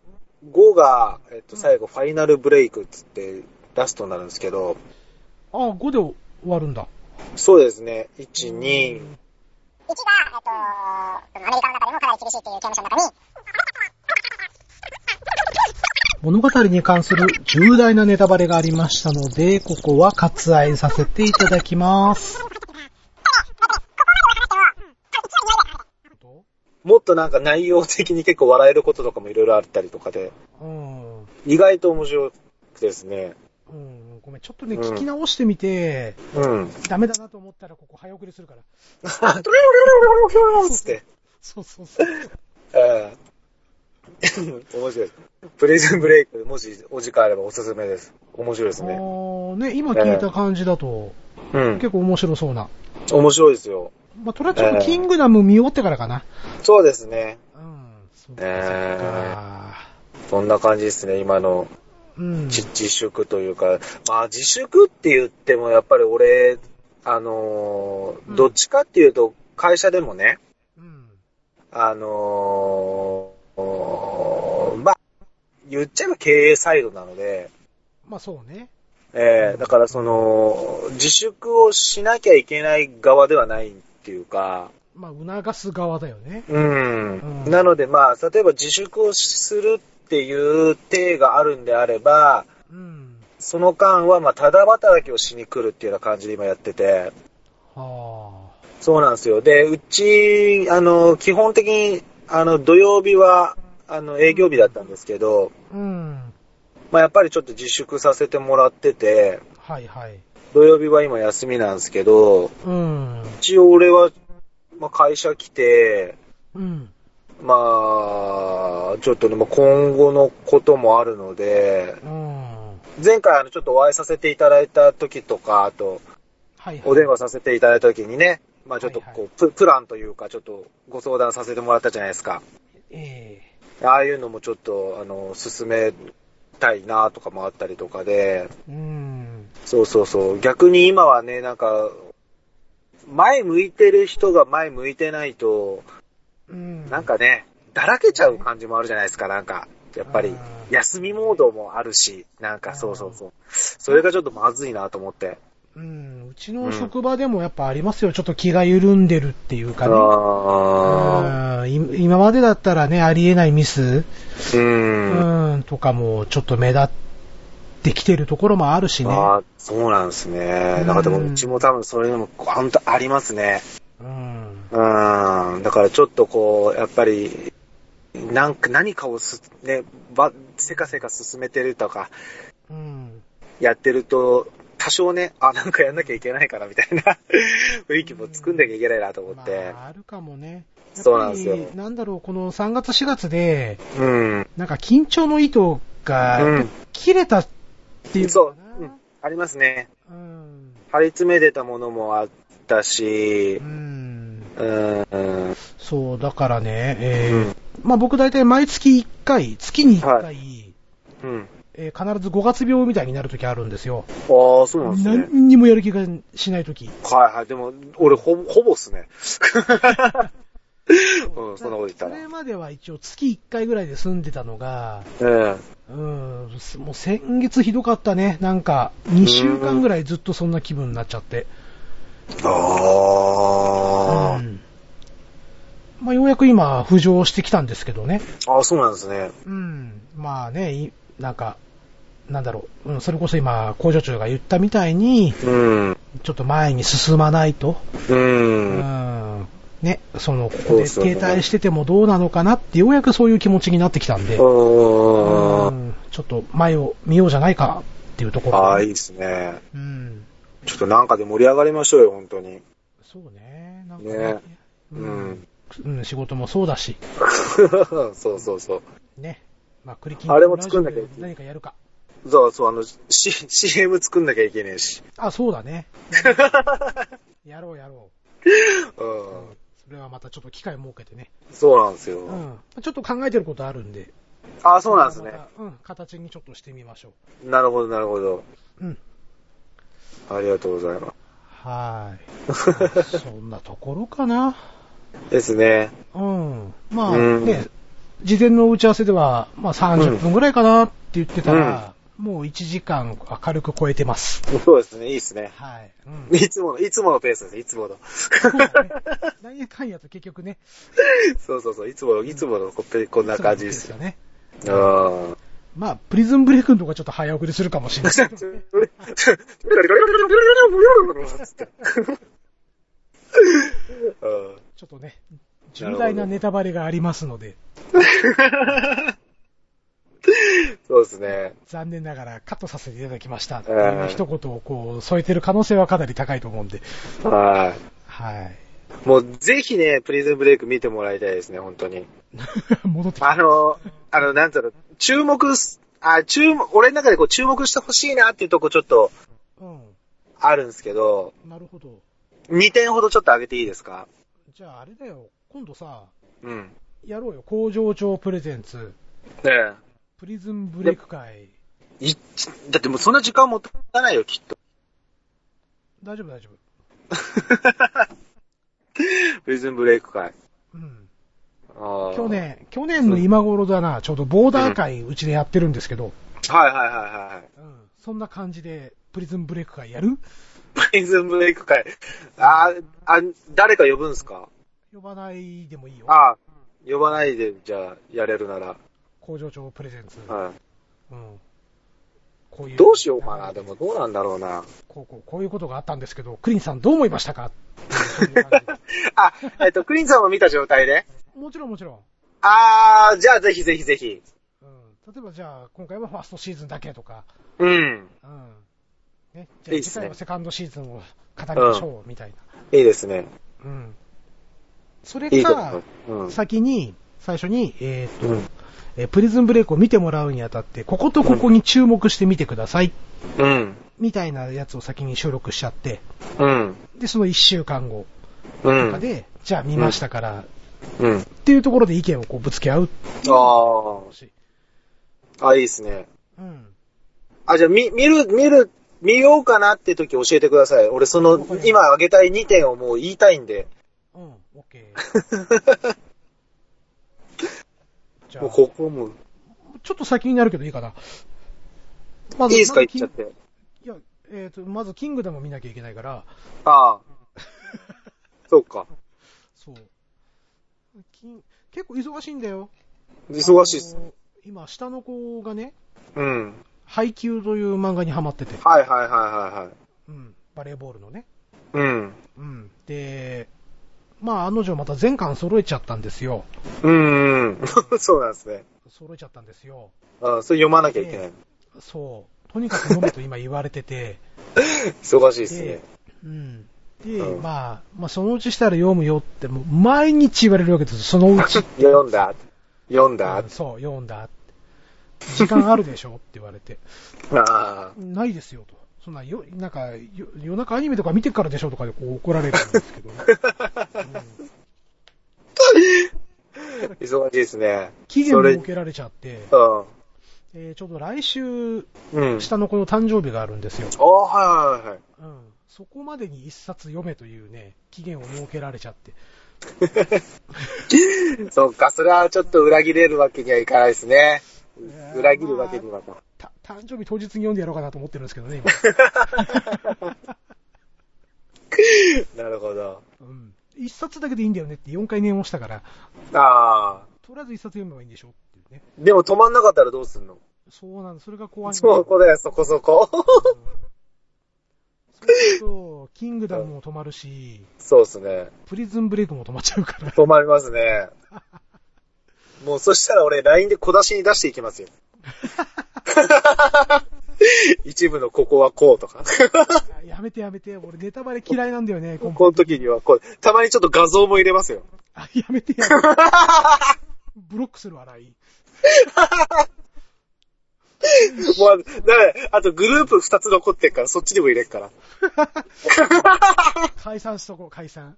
5が、えっと、最後ファイナルブレイクっつって、ラストになるんですけど、
あ、5で終わるんだ。
そうですね、1、2、
1が、えっと、アメリカの中でもかなり厳しいっていう刑務所の中に、は
物語に関する重大なネタバレがありましたので、ここは割愛させていただきます。
もっとなんか内容的に結構笑えることとかもいろいろあったりとかで、
うん。
意外と面白くてですね。
うん、ごめん、ちょっとね、
うん
聞き直してみて、
うん。
ダメだなと思ったら、ここ早送りするから。
つって。
そうそうそう。
ええ面白いです。プリズンブレイク、もしお時間あればおすすめです。面白いです
あ
ね。
ーね、今聞いた感じだと、
うん。
結構面白そうな。
面白いですよ。
まあ、とりあえずちょっとキングダム見終わってからかな。
そうですね。
うん、そうか、
ね
そうか。
そんな感じですね、今の
うん。
じ自粛というか。まあ自粛って言ってもやっぱり俺、あのー
うん
どっちかっていうと会社でもね、
うん。
あのーまあ、言っちゃえば経営サイドなので、
まあそうね。
えーだからその、自粛をしなきゃいけない側ではないっていうか、
まあ促す側だよね。
うん。
うん
なのでまあ、例えば自粛をするっていう体があるんであれば、
うん。
その間はまあ、ただ働きをしに来るっていうような感じで今やってて、
はあ。
そうなんですよ。で、うち、あの、基本的に、あの、土曜日は、あの、営業日だったんですけど、
うん。
まあ、やっぱりちょっと自粛させてもらってて、
はいはい。
土曜日は今休みなんですけど、
うん。
一応俺は、まあ、会社来て、
うん。
まあ、ちょっとね、まあ今後のこともあるので、
うん。
前回あの、ちょっとお会いさせていただいた時とか、あと、
はいはい。
お電話させていただいた時にね、まあちょっとこう、
はいは
ププランというか、ちょっとご相談させてもらったじゃないですか。
え
ああいうのもちょっと、あの、進めたいなとかもあったりとかで、
えうん。
そうそうそう。逆に今はね、なんか、前向いてる人が前向いてないと、
うん。
なんかね、だらけちゃう感じもあるじゃないですか、なんか。やっぱ
う
り
ん、
休みモードもあるし、なんかそうそうそう。それがちょっとまずいなと思って。
うん、うちの職場でもやっぱありますよ。ちょっと気が緩んでるっていうかね。
あ
うんい今までだったらね、ありえないミス、
ーうん。
うん、とかもちょっと目立ってきてるところもあるしね。
ああ、そうなんですね。なんかでもうちも多分そういうのも、ほんとありますね。
うん。
うん、だからちょっとこう、やっぱり、なんか、何かをす、ね、ば、せかせか進めてるとか、
うん。
やってると、多少ね、あ、なんかやんなきゃいけないからみたいな [LAUGHS] 雰囲気も作んなきゃいけないなと思
ま
って。
あ、あるかもね。
そうなんですよ
やっぱりなんだろう、この3月4月で、
うん。
なんか緊張の糸
う
が
ん
切れたっていう
そ
の
う
か、
うん。ありますね。
な。うん。
張り詰めてたものもあったし
う、ん。
うん。うん
そう、だからね、えーまあ僕大体毎月1回、月に1回、
はうん。
えー必ず5月病みたいになる時あるんですよ。
ああ、そうなんですね。
何にもやる気がしない時。
はいはい。でも、俺、ほぼ、ほぼっすね。 [LAUGHS] うん、そんなこと言った
それ
ら。
までは一応月1回ぐらいで済んでたのが、
うん。
うん、もう先月ひどかったね。なんか、2週間ぐらいずっとそんな気分になっちゃって。
あ
う、んまあ、ようやく今、浮上してきたんですけどね。
ああ、そうなんですね。
うん。まあね、いなんか、なんだろう。うん、それこそ今、工場長が言ったみたいに、
うん。
ちょっと前に進まないと。
う。
うんん。ね、その、ここ
そう
で
ですよね
停滞しててもどうなのかなって、ようやくそういう気持ちになってきたんで、うん
うん。
ちょっと前を見ようじゃないかっていうところ。
ああ、いいですね。
うん。
ちょっとなんかで盛り上がりましょうよ、本当に。
そうね。なんか
ね
う
うんん。
うん、仕事もそうだし、
[LAUGHS] そうそうそ
ね。まあ、クリキン
あれも作んなきゃいけない
何かやるか。
う。そうそう、あの、C、CM 作んなきゃいけねえし。
あ、そうだね。
[LAUGHS]
やろうやろ
う
う。
ん。
それはまたちょっと機会設けてね。
そうなんですよ。
うん。ちょっと考えてることあるんで。
ああ、そうなんですね
ま。たうん、形にちょっとしてみましょ
なるほど、なるほど。
う。うん。
ありがとうございま
はー
[LAUGHS]
い。そんなところかな。
す。ですね。
うん。まあ、
うん
ね、事前の打ち合わせでは、まあ30分ぐらいかなって言ってたら、もう1時間明るく超えてます。
そうですね、いいですね。
はい。うん。
いつもの、いつものペースです、いつもの。 [LAUGHS]
そうだね。 [LAUGHS] 何やかんやと結局ね。
そうそうそう、いつもの、いつものこっぺ、こんな感じです
よ
よ。
ね。
うん。
まあ、プリズンブレイクのとこはちょっと早送りするかもしれない。
[LAUGHS]
ちょっとね、重大なネタバレがありますので、
そうですね。
残念ながらカットさせていただきました。っていう一言をこう、添えてる可能性はかなり高いと思うんで。
は
はい。 [LAUGHS]
い。もうぜひね、プリズンブレイク見てもらいたいですね、本当に。
戻ってきた。
あの、あの、なんつうの、注目す、あ、注目、俺の中でこう注目してほしいなっていうとこちょっと
うん。
あるんですけど、
なるほど。
2点ほどちょっと上げていいですか
じゃああれだよ、今度さ、
うん。ね
やろうよ。工場長プレゼンツ、
え。
プリズンブレイク会。
いだってもうそんな時間もたないよ、きっと。
大丈夫大丈夫。
プリズンブレイク会。
うん。
ああ
去。年、去年の今頃だな、ちょうどボーダー会うちでやってるんですけど、
はいはいはいはいはい。
うん。そんな感じで、プリズンブレイク会やる
プリズンブレイク会。 [LAUGHS] あーあ、誰か呼ぶんすか
呼ばないでもいいよ。
ああ、呼ばないで、じゃあ、やれるなら。
工場長プレゼンツ。
は
うん。こうい
い。
う。
どうしようかな。でも、どうなんだろうな。
こう、こう、こういうことがあったんですけど、クリンさんどう思いましたか
[LAUGHS] あ、えっと、クリンさんを見た状態で。
もちろんもちろん。
ああ、じゃあ、ぜひぜひぜひ。
うん。例えばじゃあ、今回はファーストシーズンだけとか、
うん。
うん。ね。じゃ
いい
あ次
っす
回
ね
はセカンドシーズンを語りましょう、みたいな。
いいですね。
うん。それ
いいこ
か
と、。うん。
先に、最初に、えー
うん。
えープリズンブレイクを見てもらうにあたって、こことここに注目してみてください、
うん。
みたいなやつを先に収録しちゃって、
うん。
で、その1週間後
う
とか
ん。
で、じゃあ見ましたから、
うん。
っていうところで意見をこうぶつけ合う
あ
し。
あ、あ、いいですね。
うん。
あ、じゃあ、み、見る、見る、見ようかなって時教えてください。俺、その、今あげたい2点をもう言いたいんで。
うん、オッケー。じゃあ、
[LAUGHS]
ちょ
もうここも、
っと先になるけどいいかな。ま
いいですか
ま
言っちゃって。
キンいや、えっ、と、まずキングダムを見なきゃいけないから、
ああ。そうか。
そう。キン結構忙しいんだよ。
忙しいっす
あ。の今、下の子がね、
うん。
ハイキューという漫画にハマってて、
はいはいはいはいはい。
うん、バレーボールのね。
うん。
うん。で、まあ、案の定また全巻揃えちゃったんですよ。
うん、うん。 [LAUGHS] そうなんですね。
揃えちゃったんですよ。
あそれ読まなきゃいけない。
そう。とにかく飲めと今言われてて、
忙しい [LAUGHS] ですね。
うん。で、
うん
まあ、まあ、そのうちしたら読むよって、もう毎日言われるわけですよ、そのうち。
読んだ。読んだ。
うんそう、読んだって。時間あるでしょって言われて。
あ
ないですよと。そんな、よ、なんか、よ夜中アニメとか見てからでしょとかでこう怒られるんです
[LAUGHS]
けどね。うん
あ、忙しいですね。
期限を設けられちゃって、
うん。
えーちょうど来週、
うん。
下の子の誕生日があるんですよ。
あはいはいはい。
うん。そこまでに一冊読めというね、期限を設けられちゃって。
そっか、それはちょっと裏切れるわけにはいかないですね。裏切るわけにはな。
た誕生日当日に読んでやろうかなと思ってるんですけどね、今。
なるほど。
うん。一冊だけでいいんだよねって4回念をしたから、
ああ。
とりあえず一冊読めばいいんでしょっていうね。
でも止まんなかったらどうすんの
そうなんです。それが怖いんです
そこだよ、そこそこ。
そうすると、キングダムも止まるし、
[LAUGHS] そうですね。
プリズンブレイクも止まっちゃう
[LAUGHS]
から。
止まりますね。もうそしたら俺 LINE で小出しに出していき [LAUGHS] ますよ。一部のここはこうと [LAUGHS] か。
あやめてやめて、俺ネタバレ嫌いなんだよね、
こ
今
この時にはこう。たまにちょっと画像も入れますよ。
あ、やめてやめて。ブロックする笑い。
もう、だからあとグループ二つ残ってるから、そっちにも入れっから。
解散しとこう、解散。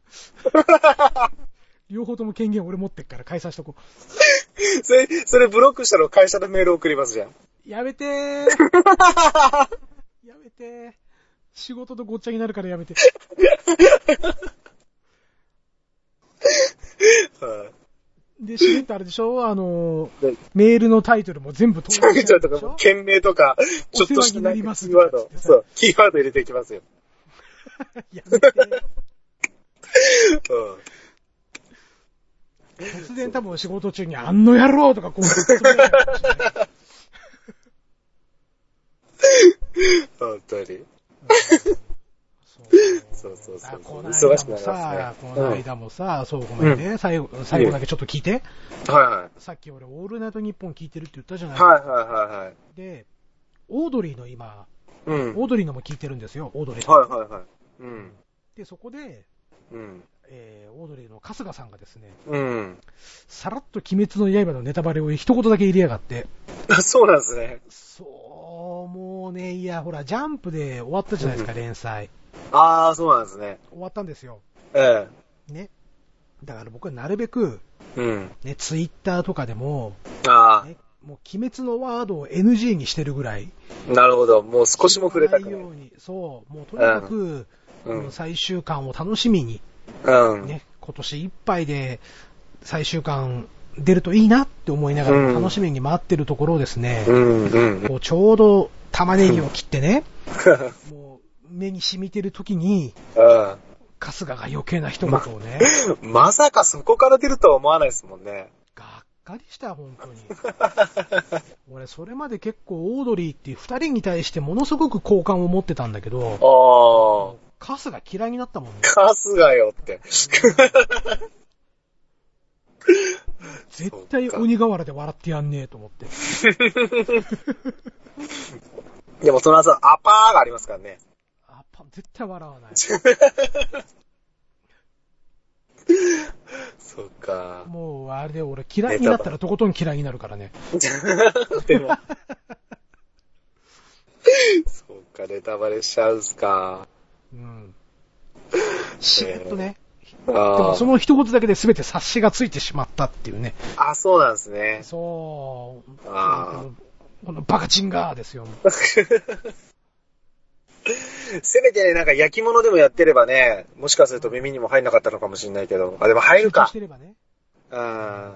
両方とも権限俺持ってっから解散しとこ
[LAUGHS] それ、それブロックしたの会社のメール送りますじゃん。
う。やめて
[LAUGHS]
ーやめてー仕事とごっちゃになるからやめて。
はい
で、しめっとあれでしょあの
で
ー、メールのタイトルも全部統
ちょ
一
い
しち
ち
ゃ
ょ
うで
いと
し
か
ょ
も、件名とか、ちょっとし
お世話にな
たキ
り
ー
ます
ワード、そう、キーワード入れていきますよ。
[LAUGHS] やめてー
う
突然多分仕事中にあんの野郎とかこう、つぶやいたかもしれない
ん。本当に。そうそうそう
あこの
忙し
間も
くなりま
さ、
すね
この間もさ、そうごめんね、最後、最後だけちょっと聞いて。
は
さっき俺、オールナイトニッポン聞いてるって言ったじゃ
い
ない、
はいはいはいはい。
で、オードリーの今、
うん。
オードリーのも聞いてるんですよ、オードリー。
はいはいはい。うん。
で、そこで、
うん。
えー、オードリーの春日さんがですね、
うん。
さらっと鬼滅の刃のネタバレを一言だけ入れやがって、
あ [LAUGHS] そうなんですね。
そう、もうね、いや、ほら、ジャンプで終わったじゃないですか、
う
連載。
ああ、そうなんですね。
終わったんですよ。
え
ね。だから僕はなるべく、
え。うん。
ね、ツイッターとかでも、
あ
ね、もう鬼滅のワードを NG にしてるぐらい。
あ、なるほど。もう少しも触れたく
言わ
ない
よ。うに。そう、もうとにかく、
う
うん
ん。
最終巻を楽しみに、
うん。
ね、今年いっぱいで最終巻出るといいなって思いながら
うん
楽しみに待ってるところをですね、
うん。うん。
こうちょうど玉ねぎを切ってね、
[LAUGHS]
もう目に染みてる時に、
うん
春日が余計な一言をね、
[LAUGHS] まさかそこから出るとは思わないですもんね。
がっかりした、本当に。俺、それまで結構オードリーっていう二人に対してものすごく好感を持ってたんだけど、
ああ。
カスが嫌いになったもんね。
カスがよって。 [LAUGHS]
絶対鬼瓦で笑ってやんねえと思って。
でもその後、アパーがありますからね。
あパ絶対笑わない。
そっか。
もう、あれで俺嫌いになったらとことん嫌いになるからね。
でも。そっか、ネタバレしちゃうんすか。
うん。しれっとね。
あ
でもそ
ー
の一言だけで全て察しがついてしまったっていうね。
あ、そうなんですね。 [LAUGHS]
そう。
あ
このバカチンガーですよ。
せめてね、なんか焼き物でもやってればね、もしかすると耳にも入んなかったのかもしれないけど。あ、でも入る
集中
か
し。てればね。
あ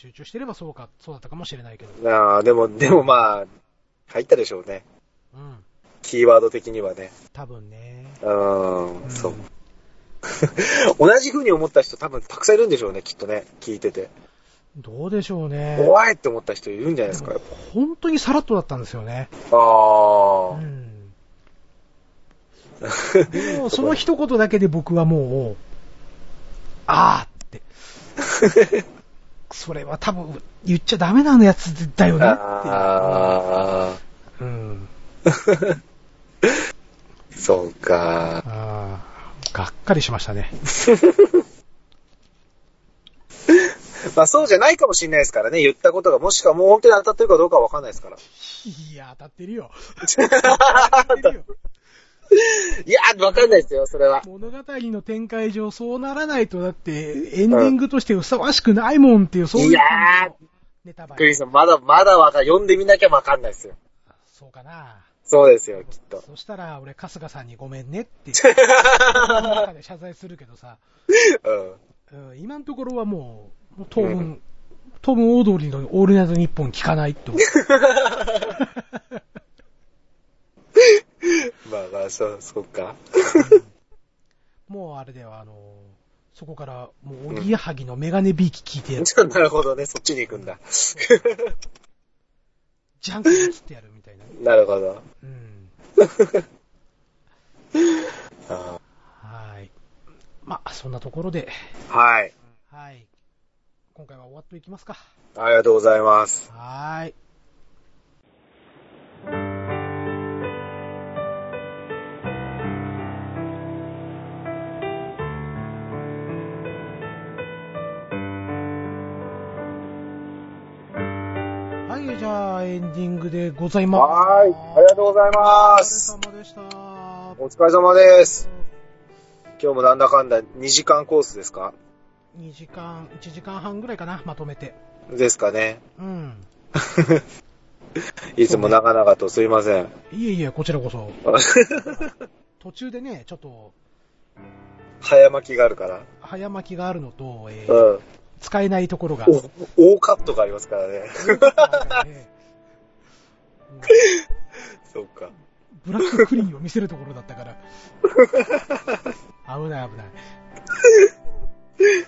集中してればそうか、そうだったかもしれないけど。
ーあー、でも、でもまあ、入ったでしょうね。
うん。
キーワード的にはね。
多分ね。
うん、
ん
そう。 [LAUGHS] 同じ風に思った人多分たくさんいるんでしょうね、きっとね。聞いてて。
どうでしょうね。
怖いって思った人いるんじゃないですか。
本当にさらっとだったんですよね。う
あ
ん。
[LAUGHS]
でも、その一言だけで僕はもあーって。それは多分言っちゃダメなやつだよなっ
ああ、
ていう。うん。
そうか。
あーがっかりしましたね。
まあそうじゃないかもしれないですからね、言ったことが。もしかもう本当に当たってるかどうかはわかんないですから。
いや、当たってるよ。当たってるよ。
いやー、わかんないですよ、それは。
物語の展開上そうならないと、だってエンディングとしてふさわしくないもんっていう、そういう
いや
感じのネタバ
クリ
レ。
スさん、まだまだわかん、読んでみなきゃわかんないですよ。
そうかな。
そうですよ、きっと。
そしたら、俺、春日さんにごめんねって、中で謝罪するけどさ、
うん。
うん今のところはもう、もう当分、当分大通りのオールナイトニッポン聞かないと。
まあまあ、そう、そうか。
もうあれだよ、あの、そこから、もう、おぎやはぎのメガネビーキ聞いて、
じゃあ [LAUGHS] なるほどね、そっちに行くんだ。
ジャンクに切ってやるみたいな。
なるほど。
うん。
あ
はい。まあ、そんなところで、
ーはい。
はい。今回は終わっていきますか。
ありがとうございます。
はーい。はい、じゃあ、エンディングでございます。
はーい。ありがとうございま
お
す。
疲れ様でした。
お疲れ様です。今日もなんだかんだ2時間コースですか
2時間、1時間半ぐらいかな、まとめて。
ですかね。
うん。
いつも長々とすいません。
いえいえ、こちらこ
[LAUGHS]
そ。途中でね、ちょっと、
早巻きがあるから。
早巻きがあるのと、えー
うん。
使えないところが。
お、大カットがありますからね。 [LAUGHS]
[LAUGHS] ねうん
そうか。
ブラッククリーンを見せるところだったから。 [LAUGHS] 危ない危ない。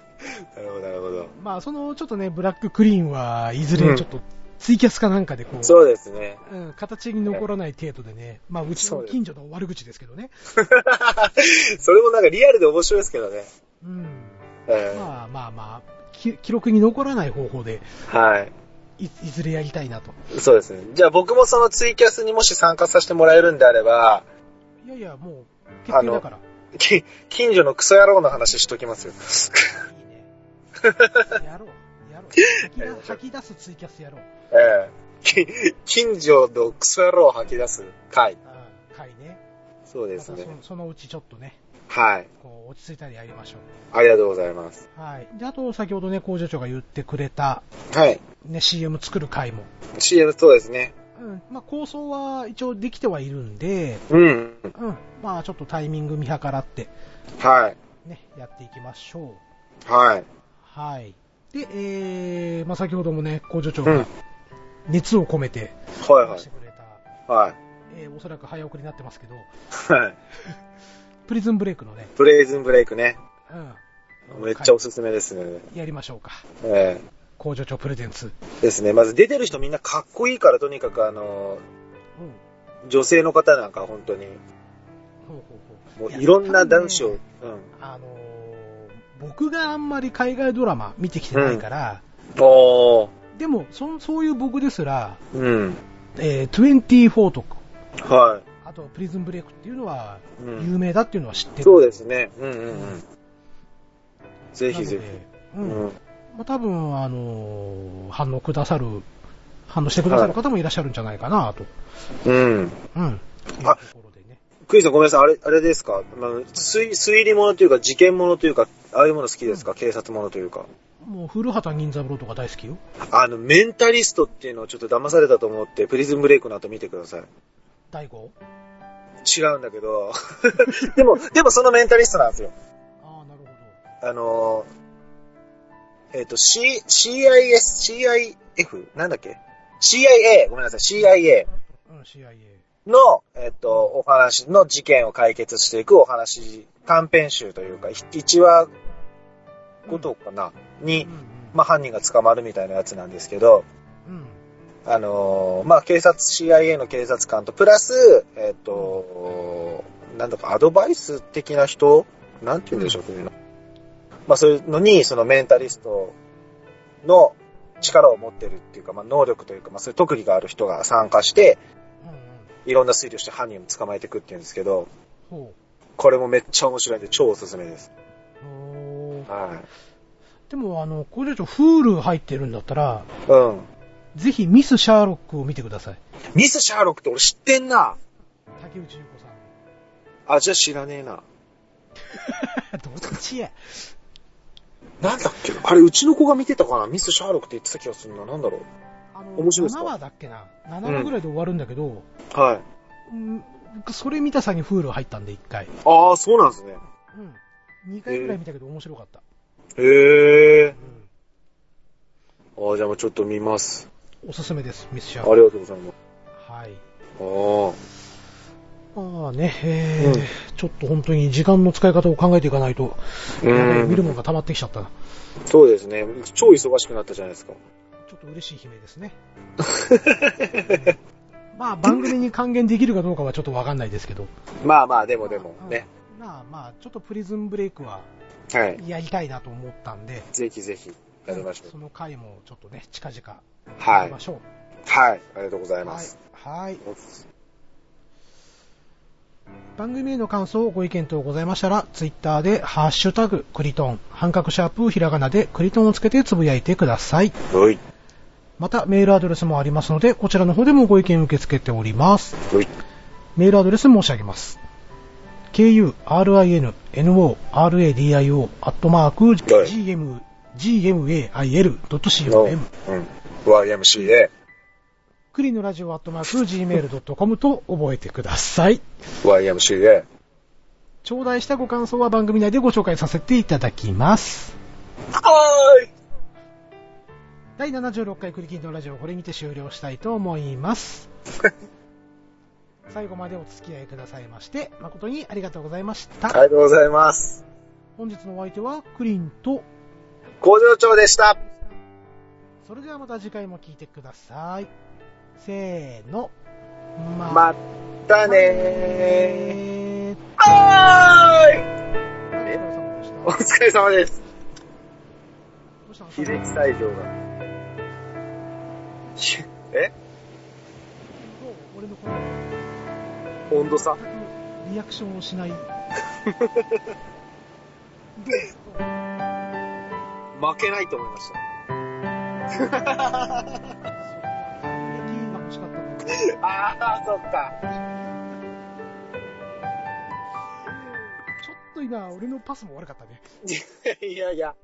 なるほど、なるほど。
まあ、その、ちょっとね、ブラッククリーンはいずれちょっと、ツイキャスかなんかでこう、
そうですね。
うん、形に残らない程度でね、まあ、うちの近所の悪口ですけどね。
[LAUGHS] それもなんかリアルで面白いですけどね。
うん。
うん。
まあまあまあ、き記録に残らない方法で
はい。
い、いずれやりたいなと。
そうですね。じゃあ僕もそのツイキャスにもし参加させてもらえるんであれば、
いやいや、もう、決定だから。
き近所のクソ野郎の話しとき [LAUGHS] ますよ。
いいね。やろう。 [LAUGHS] やろう。吐きだ吐き出すツイキャスやろう。
ええき近所のクソ野郎を吐き出す回。
うん、回ね。
そうで
ますたそ
ね。
そのうちちょっとね、
はい。
こう落ち着いたりやりましょ
ありがとうございます。
う。はい。で、あと先ほどね、工場長が言ってくれた、
はい。
ね、CM 作る回も。
CM そうですね。
うん。まあ、構想は一応できてはいるんで、
うん。
うん。まあ、ちょっとタイミング見計らって、
はい。
ね、やっていきましょう。
はい。
はい。で、えー、まあ、先ほどもね、工場長
うん。は
が熱を込めて、
いは
してくれた、
い。はい。
えー、おそらく早送りになってますけど、
はい。
プリズンブレイクのね、
プレイズンブレイクね。
うん。
めっちゃおすすめですね。
やりましょうか。
ええ
工場長プレゼンツ。
ですね。まず出てる人みんなかっこいいから、とにかくあの、
うん。
女性の方なんか本当に、
ほうほうほ
も
う。
ういろんな男子
い
を
や、
うん。
あのー僕があんまり海外ドラマ見てきてないから、
おー。
でもそ、そういう僕ですら、
うん。
えー、24とか、
は
あとプリズンブレイクっていうのは、
い。うん
有名だっていうのは知ってる。
そうですね。うんうんうん。ぜひぜ
なので
ひ。
う。
うん
ま
ん。
あ、多分、あのー反応くださる、反応してくださる方もいらっしゃるんじゃないかなと。
うん。
うん。いう
あ
ところでね。
クイズさんごめんなさい。あれ、あれですか、まあ、推推理物というか、事件物というか、ああいうもの好きですか、警察物というか。
もう、古畑任三郎とか大好きよ。
あの、メンタリストっていうのをちょっと騙されたと思って、プリズンブレイクの後見てください。
大悟
違うんだけど、 [LAUGHS] でも、でもそのメンタリストなんですよ。
ああ、なるほど。
あのー、えっ、と、C、CIS、CIF? なんだっけ ?CIA! ごめんなさい、CIA
うん、CIA。
の、えっ、と、お話の事件を解決していくお話、短編集というか、1話ごとかな、
うん
に
うん、
まあ、犯人が捕まるみたいなやつなんですけど、
うん。
あのーまあ、警察、CIA の警察官と、プラス、えっ、と、なんだかアドバイス的な人なんて言うんでしょう、こういうの。まあそういうのに、そのメンタリストの力を持ってるっていうか、まあ能力というか、まあそういう特技がある人が参加して、
うんうん。
いろんな推理をして犯人を捕まえていくっていうんですけど、
ほ
これもめっちゃ面白いんで超おすすめです。
う。おー
は
でも、あの、これ以上、フール入ってるんだったら、
い。うん。
ぜひミス・シャーロックを見てください。
ミス・シャーロックって俺知ってんな。
竹内優子さん。
あ、じゃあ知らねえな。
[LAUGHS] どっちや。
なんだっけなあれ、うちの子が見てたかなミス・シャーロックって言ってた気がするな。なんだろう。
あの、
面白いですか
7話だっけな。7話ぐらいで終わるんだけど、
は
う
い。
ん、僕それ見たさにフール入ったんで、1回。
ああ、そうなんですね。
うん。2回ぐらい見たけど面白かった。
へえ。
うん
ああ、じゃあもうちょっと見ます。
おすすめです、ミス・シャ
あ
ーロッ
りがとうございます。
ク。はい。
ああ。
まあね、えー
うん
ちょっと本当に時間の使い方を考えていかないと、
うん
やべえ見るものが溜まってきちゃったな。
そうですね。超忙しくなったじゃないですか。
ちょっと嬉しい悲鳴ですね。まあ番組に還元できるかどうかはちょっとわかんないですけど。
まあまあ、でもでも、ね。
うん。まあまあ、ちょっとプリズンブレイクは
はい。
やりたいなと思ったんで、
ぜひぜひ、やりましょ
その回もちょっとね、近々
う。
や
は
り
い
ま。しょう。
はい。ありがとうございます。
はい。はい番組への感想、ご意見等ございましたら、ツイッターで、ハッシュタグ、クリトン、半角シャープ、ひらがなで、クリトンをつけてつぶやいてください。
はい。
また、メールアドレスもありますので、こちらの方でもご意見受け付けております。
はい。
メールアドレス申し上げます。kurinno,radio, アットマーク、
はい
gm, gmail.com。
うん。YMCA。
クリのラジオアットマーク、gmail.com と覚えてください。
YMCA。
頂戴したご感想は番組内でご紹介させていただきます。
はーい。
第76回クリキンのラジオ、これにて終了したいと思います。最後までお付き合いくださいまして、誠にありがとうございました。
ありがとうございます。
本日のお相手はクリンと、
工場長でした。
それではまた次回も聞いてください。せーの、
またね
ね
ー。はーい。
お疲れ様でした。どう
お疲れ様です。
したの
秀樹西条が。え
どう俺のこの
温度差
リアクションをしない。
負けないと思いました。
キーが欲しかったんだけど。
ああ、そっか。 [LAUGHS]
ちょっと今、俺のパスも悪かったね。
いやいや。